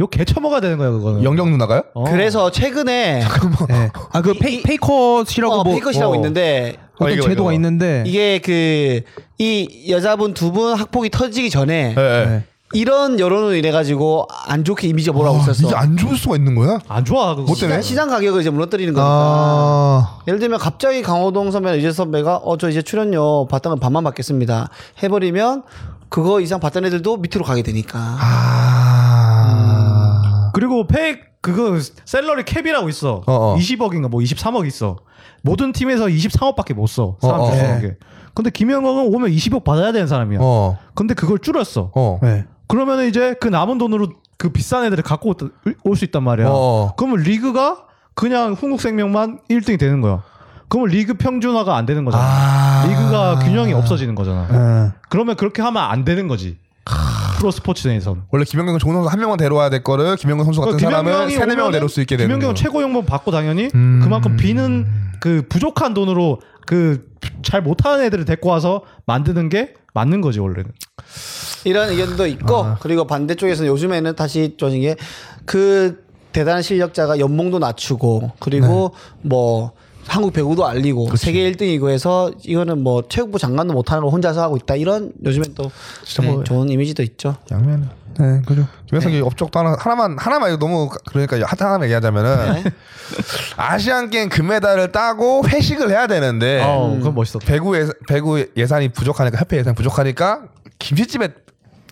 Speaker 4: 욕 개처먹어야 되는 거야 그거는.
Speaker 3: 연경 누나가요?
Speaker 4: 어.
Speaker 1: 그래서 최근에
Speaker 3: 네.
Speaker 4: 네.
Speaker 2: 아그 페이컷이라고
Speaker 1: 예. 어,
Speaker 2: 뭐
Speaker 1: 페이컷이라고
Speaker 2: 어, 네.
Speaker 1: 있는데 아,
Speaker 3: 어,
Speaker 2: 어떤
Speaker 3: 이거,
Speaker 2: 제도가
Speaker 3: 이거.
Speaker 2: 있는데
Speaker 1: 이게 그 이 여자분 두 분 학폭이 터지기 전에
Speaker 3: 네. 네.
Speaker 2: 네.
Speaker 1: 이런 여론을 이래 가지고 안 좋게 이미지가
Speaker 3: 아,
Speaker 1: 뭐라고 있었어.
Speaker 3: 이게 안 좋을 수가 있는 거야?
Speaker 4: 안 좋아 그거.
Speaker 3: 뭐 때문에?
Speaker 1: 시장, 시장 가격을 이제 무너뜨리는
Speaker 4: 그러니까.
Speaker 1: 거니까.
Speaker 3: 아,
Speaker 1: 예를 들면 갑자기 강호동 선배나 유재 선배가 어 저 이제 출연료 받던 건 반만 받겠습니다. 해버리면 그거 이상 받던 애들도 밑으로 가게 되니까.
Speaker 3: 아,
Speaker 4: 그리고 페 그거 셀러리 캡이라고 있어.
Speaker 3: 어, 어.
Speaker 4: 20억인가 뭐 23억 있어. 모든 팀에서 23억밖에 못 써. 사람
Speaker 3: 어, 어,
Speaker 4: 주는 게. 근데 김영광은 오면 20억 받아야 되는 사람이야.
Speaker 3: 어,
Speaker 4: 근데 그걸 줄였어.
Speaker 3: 어,
Speaker 2: 네.
Speaker 4: 그러면 이제 그 남은 돈으로 그 비싼 애들을 갖고 올 수 있단 말이야.
Speaker 3: 어.
Speaker 4: 그러면 리그가 그냥 흥국생명만 1등이 되는 거야. 그러면 리그 평준화가 안 되는 거잖아.
Speaker 3: 아, 네.
Speaker 4: 리그가 균형이 없어지는 거잖아.
Speaker 2: 어.
Speaker 4: 그러면 그렇게 하면 안 되는 거지. 프로 스포츠 내에서는.
Speaker 3: 원래 김연경은 좋은 선수 한 명만 데려와야 될 거를 김연경 선수 같은 사람은
Speaker 4: 어, 김연경이
Speaker 3: 세네 명을
Speaker 4: 오면은
Speaker 3: 데려올 수 있게 되는
Speaker 4: 김연경
Speaker 3: 거예요.
Speaker 4: 최고 연봉 받고 당연히
Speaker 3: 음.
Speaker 4: 그만큼 비는 그 부족한 돈으로 그 잘 못하는 애들을 데리고 와서 만드는 게 맞는 거지 원래는.
Speaker 1: 이런 의견도 있고
Speaker 3: 아.
Speaker 1: 그리고 반대쪽에서는 요즘에는 다시 저게 그 대단한 실력자가 연봉도 낮추고 그리고
Speaker 3: 네.
Speaker 1: 뭐 한국 배구도 알리고 세계 1등이고 해서 이거는 뭐 체육부 장관도 못하는 거 혼자서 하고 있다 이런 요즘에 또 네,
Speaker 3: 뭐
Speaker 1: 좋은 이미지도 있죠.
Speaker 3: 양면.
Speaker 2: 네, 그죠.
Speaker 3: 김현석이 업적도 하나, 하나만 하나만 너무 그러니까 하나만 얘기하자면은
Speaker 4: 네.
Speaker 3: 아시안 게임 금메달을 따고 회식을 해야 되는데
Speaker 4: 어,
Speaker 1: 음.
Speaker 4: 그건 멋있었다.
Speaker 3: 배구 예산, 배구 예산이 부족하니까 협회 예산 이 부족하니까 김치집에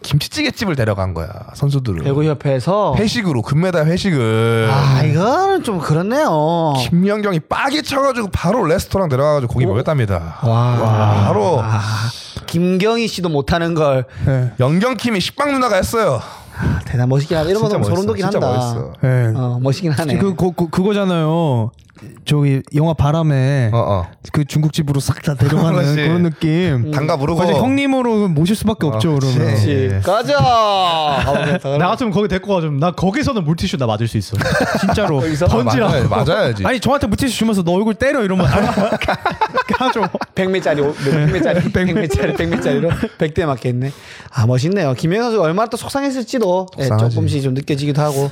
Speaker 3: 김치찌개 집을 데려간 거야 선수들을
Speaker 1: 배구협회에서
Speaker 3: 회식으로 금메달 회식을
Speaker 1: 아 이거는 좀 그렇네요.
Speaker 3: 김연경이 빡이 쳐가지고 바로 레스토랑 데려가가지고 고기 먹였답니다.
Speaker 1: 아,
Speaker 3: 바로
Speaker 1: 김경희 씨도 못하는 걸
Speaker 2: 네.
Speaker 3: 연경킴이 식빵 누나가 했어요.
Speaker 1: 아, 대단 멋있긴 하다. 이런 거
Speaker 3: 진짜
Speaker 1: 보면 소름 돋긴
Speaker 3: 멋있어,
Speaker 1: 한다.
Speaker 3: 진짜 멋있어.
Speaker 2: 네.
Speaker 1: 어 멋있긴 하네.
Speaker 2: 그, 그, 그 그거잖아요. 저기 영화 바람에
Speaker 3: 어, 어.
Speaker 2: 그 중국집으로 싹 다 데려가는
Speaker 3: 그렇지.
Speaker 2: 그런 느낌.
Speaker 3: 단가 부르고 어,
Speaker 2: 그래서 음. 형님으로 모실 수밖에 없죠, 그러면.
Speaker 3: 그치.
Speaker 1: 그렇지. 가자.
Speaker 3: 어.
Speaker 1: 가보겠다.
Speaker 4: 나 같으면 거기 데리고 가 좀. 나 거기서는 물티슈 나 맞을 수 있어. 진짜로. 던지라.
Speaker 3: 맞아야, 맞아야지.
Speaker 2: 아니 저한테 물티슈 주면서 너 얼굴 때려 이러면 하죠.
Speaker 1: 100매짜리, 네, 100매짜리, 100매짜리, 100매짜리로 100대 맞겠네. 아, 멋있네요. 김현 선수가 얼마나 또 속상했을지도 예,
Speaker 3: 속상하지.
Speaker 1: 조금씩 좀 느껴지기도 하고.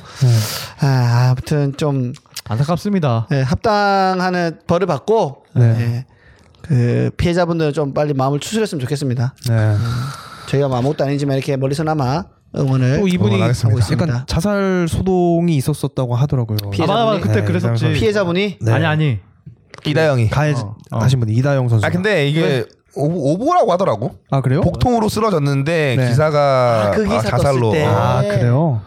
Speaker 1: 아, 아무튼 좀
Speaker 4: 안타깝습니다. 아,
Speaker 1: 예, 합당하는 벌을 받고, 예, 그 피해자분들은 좀 빨리 마음을 추스렸으면 좋겠습니다.
Speaker 2: 네.
Speaker 1: 저희가 뭐 아무것도 아니지만 이렇게 멀리서나마 응원을
Speaker 2: 또
Speaker 3: 네,
Speaker 2: 이분이
Speaker 1: 하고 있습니다.
Speaker 2: 약간 자살 소동이 있었었다고 하더라고요.
Speaker 1: 피해-
Speaker 4: 아, 맞아, 맞아.
Speaker 1: 피해자분이-
Speaker 4: 그때
Speaker 2: 네,
Speaker 4: 그랬었지.
Speaker 1: 어, 피해자분이
Speaker 2: 네.
Speaker 4: 아니 아니.
Speaker 3: 이다영이.
Speaker 2: 가해 하신 분이 이다영 선수.
Speaker 3: 아 근데 이게 오보, 오보라고 하더라고.
Speaker 2: 아 그래요?
Speaker 3: 복통으로 쓰러졌는데
Speaker 2: 네.
Speaker 3: 기사가
Speaker 1: 아, 그 기사
Speaker 3: 아, 자살로.
Speaker 1: 떴을 때.
Speaker 3: 아,
Speaker 2: 아 그래요.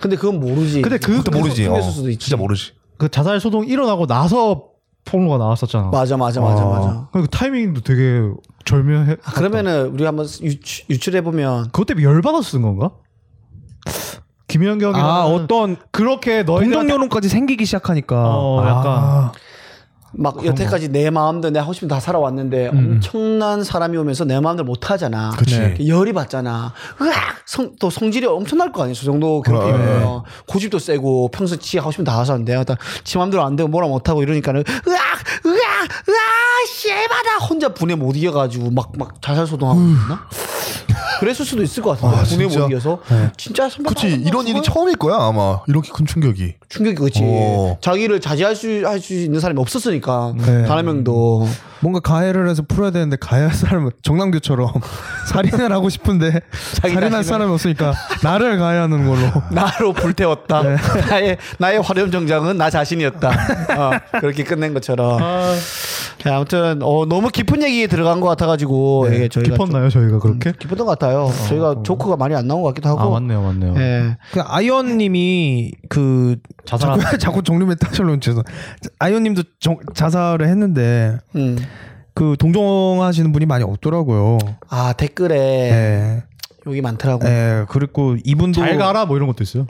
Speaker 1: 근데 그건 모르지.
Speaker 4: 근데 그,
Speaker 3: 그것도 모르지. 어,
Speaker 1: 그랬을 수도 있지.
Speaker 3: 진짜 모르지.
Speaker 4: 그 자살 소동 일어나고 나서 폭로가 나왔었잖아.
Speaker 1: 맞아, 맞아, 맞아,
Speaker 4: 어.
Speaker 1: 맞아.
Speaker 4: 그리고 타이밍도 되게 절묘해.
Speaker 1: 아, 그러면은 우리 한번 유추, 유출해 보면
Speaker 4: 그것 때문에 열받아서 쓴 건가? 김연경이
Speaker 2: 아 어떤
Speaker 4: 그렇게
Speaker 2: 공정
Speaker 4: 너희들한테
Speaker 2: 여론까지 생기기 시작하니까.
Speaker 4: 어,
Speaker 2: 아,
Speaker 1: 막 여태까지 내 마음대로 내 하고 싶은 다 살아왔는데 엄청난 사람이 오면서 내 마음대로 못 하잖아.
Speaker 3: 음. 그치.
Speaker 1: 열이 받잖아. 으악! 성, 또 성질이 엄청날 거 아니야. 저 정도 괴롭히면 고집도 세고 평소 지 하고 싶은 다 하자는데 일단 지 마음대로 안 되고 뭐라 못 하고 이러니까는 으악! 으악! 으악! 씨바다 혼자 분해 못 이겨가지고 막 막 자살 소동하고 있나? 그랬을 수도 있을 것 같은데
Speaker 3: 음. 아,
Speaker 1: 분해
Speaker 3: 진짜? 네.
Speaker 1: 못 이겨서 진짜 선배가
Speaker 3: 그치
Speaker 1: 하는 뭐 거
Speaker 3: 이런
Speaker 1: 정말
Speaker 3: 일이 처음일 거야 아마 이렇게 큰 충격이.
Speaker 1: 충격이 그치
Speaker 3: 어.
Speaker 1: 자기를 자제할 수 할 수 있는 사람이 없었으니까 단 한 명도
Speaker 2: 뭔가 가해를 해서 풀어야 되는데 가해할 사람은 정남규처럼 살인을 하고 싶은데
Speaker 1: 자기 자신을.
Speaker 2: 살인할 사람이 없으니까 나를 가해하는 걸로.
Speaker 1: 나로 불태웠다. 나의 나의 화려한 정장은 나 자신이었다. 어, 그렇게 끝낸 것처럼. 자, 아무튼 어, 너무 깊은 얘기 들어간 것 같아가지고 이게 저희가 좀
Speaker 4: 네,
Speaker 1: 음.
Speaker 4: 깊었나요 저희가 그렇게?
Speaker 1: 깊었던 것 같아요. 저희가 조크가 많이 안 나온 것 같기도 하고.
Speaker 5: 아 맞네요, 맞네요.
Speaker 1: 예.
Speaker 2: 그 아이언님이 그
Speaker 5: 자살한-
Speaker 2: 자꾸, 자꾸 정리했다 절로 죄송. 아이언님도 정- 자살을 했는데
Speaker 1: 음.
Speaker 2: 그 동정하시는 분이 많이 없더라고요.
Speaker 1: 아 댓글에
Speaker 2: 예.
Speaker 1: 여기 많더라고.
Speaker 2: 예. 그리고 이분도
Speaker 4: 잘 가라 뭐 이런 것도 있어요.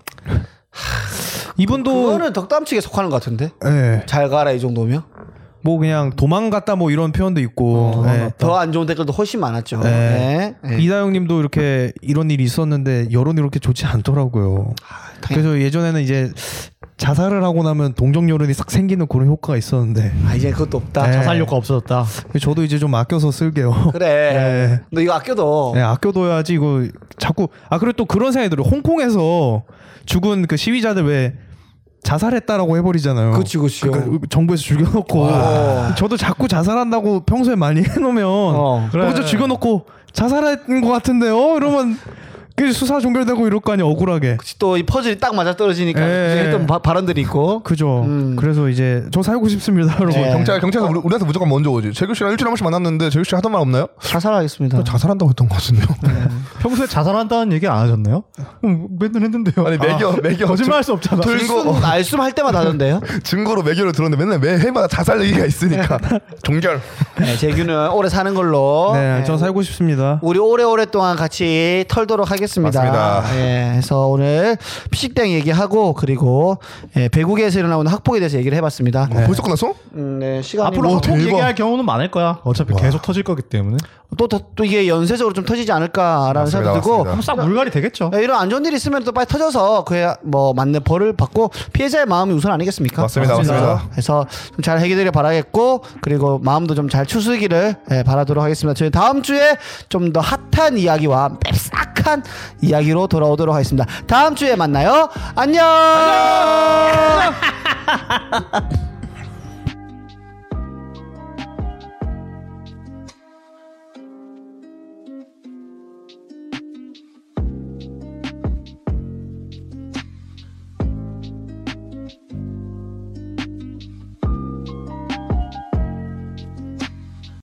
Speaker 2: 이분도
Speaker 1: 그거는 덕담치에 속하는 것 같은데.
Speaker 2: 예.
Speaker 1: 잘 가라 이 정도면.
Speaker 2: 뭐 그냥 도망갔다 뭐 이런 표현도
Speaker 1: 어,
Speaker 2: 있고. 예.
Speaker 1: 네. 더 안 좋은 댓글도 훨씬 많았죠.
Speaker 2: 네.
Speaker 1: 예. 예.
Speaker 2: 이다영님도
Speaker 1: 아,
Speaker 2: 이렇게 이런 일이 있었는데 여론이 그렇게 좋지 않더라고요. 그래서 예전에는 이제 자살을 하고 나면 동정 여론이 싹 생기는 그런 효과가 있었는데
Speaker 1: 아 이제 그것도 없다.
Speaker 2: 네.
Speaker 4: 자살 효과 없어졌다.
Speaker 2: 저도 이제 좀 아껴서 쓸게요.
Speaker 1: 그래.
Speaker 2: 네.
Speaker 1: 너 이거 아껴둬.
Speaker 2: 네, 아껴둬야지 이거 자꾸 아 그리고 또 그런 생각이 들어요. 홍콩에서 죽은 그 시위자들 왜 자살했다라고 해버리잖아요.
Speaker 1: 그치, 그치요.
Speaker 2: 그러니까 정부에서 죽여놓고
Speaker 1: 와.
Speaker 2: 저도 자꾸 자살한다고 평소에 많이 해놓으면
Speaker 1: 어.
Speaker 2: 그래. 먼저 죽여놓고 자살한 것 같은데요? 이러면 그 수사 종결되고 이럴 거 아니야 억울하게.
Speaker 1: 또 이 퍼즐이 딱 맞아 떨어지니까
Speaker 2: 예.
Speaker 1: 했던 바- 발언들이 있고.
Speaker 2: 그죠.
Speaker 1: 음.
Speaker 2: 그래서 이제 저 살고 싶습니다, 여러분.
Speaker 1: 네.
Speaker 3: 경찰 경찰서 우리, 우리한테 무조건 먼저 오지. 재규 씨랑 일주일에 한 번씩 만났는데 재규 씨 하던 말 없나요?
Speaker 4: 음.
Speaker 3: 네.
Speaker 1: 자살하겠습니다.
Speaker 3: 자살한다고 했던 것 같은데요.
Speaker 4: 평소에 자살한다는 얘기 안 하셨나요? 음, 맨날 했는데요.
Speaker 3: 아니 매겨 매겨
Speaker 4: 거짓말 할 수 없잖아.
Speaker 3: 들-
Speaker 1: 알숨 알숨 할 때마다 하던데요.
Speaker 3: 증거로 매겨를 들었는데 맨날 매 해마다 자살 얘기가 있으니까 종결.
Speaker 1: 네, 재규는 오래 사는 걸로.
Speaker 2: 네,
Speaker 1: 네,
Speaker 2: 저 살고 싶습니다.
Speaker 1: 우리 오래오랫동안 같이 털도록 하겠습니다.
Speaker 3: 맞습니다.
Speaker 1: 예, 그래서 오늘 피식당 얘기하고 그리고 예, 배국에서 일어나는 학폭에 대해서 얘기를 해봤습니다.
Speaker 3: 아, 벌써 끝났어?
Speaker 1: 음, 네, 시간이
Speaker 4: 앞으로
Speaker 1: 뭐-
Speaker 4: 한국
Speaker 3: 대박.
Speaker 4: 얘기할 경우는 많을 거야. 어차피 계속 터질 거기 때문에.
Speaker 1: 또, 더- 또 이게 연쇄적으로 좀 터지지 않을까라는
Speaker 3: 맞습니다,
Speaker 1: 생각도 들고
Speaker 3: 맞습니다.
Speaker 4: 싹 물갈이
Speaker 3: 그렇죠.
Speaker 4: 되겠죠.
Speaker 1: 예, 이런 안 좋은 일이 있으면 또 빨리 터져서 그에 뭐 맞는 벌을 받고 피해자의 마음이 우선 아니겠습니까?
Speaker 3: 맞습니다, 맞습니다.
Speaker 1: 그래서 좀 잘 해결되길 바라겠고 그리고 마음도 좀 잘 추스기를 예, 바라도록 하겠습니다. 저희 다음 주에 좀 더 핫한 이야기와 맵싹한 이야기로 돌아오도록 하겠습니다. 다음 주에 만나요. 안녕.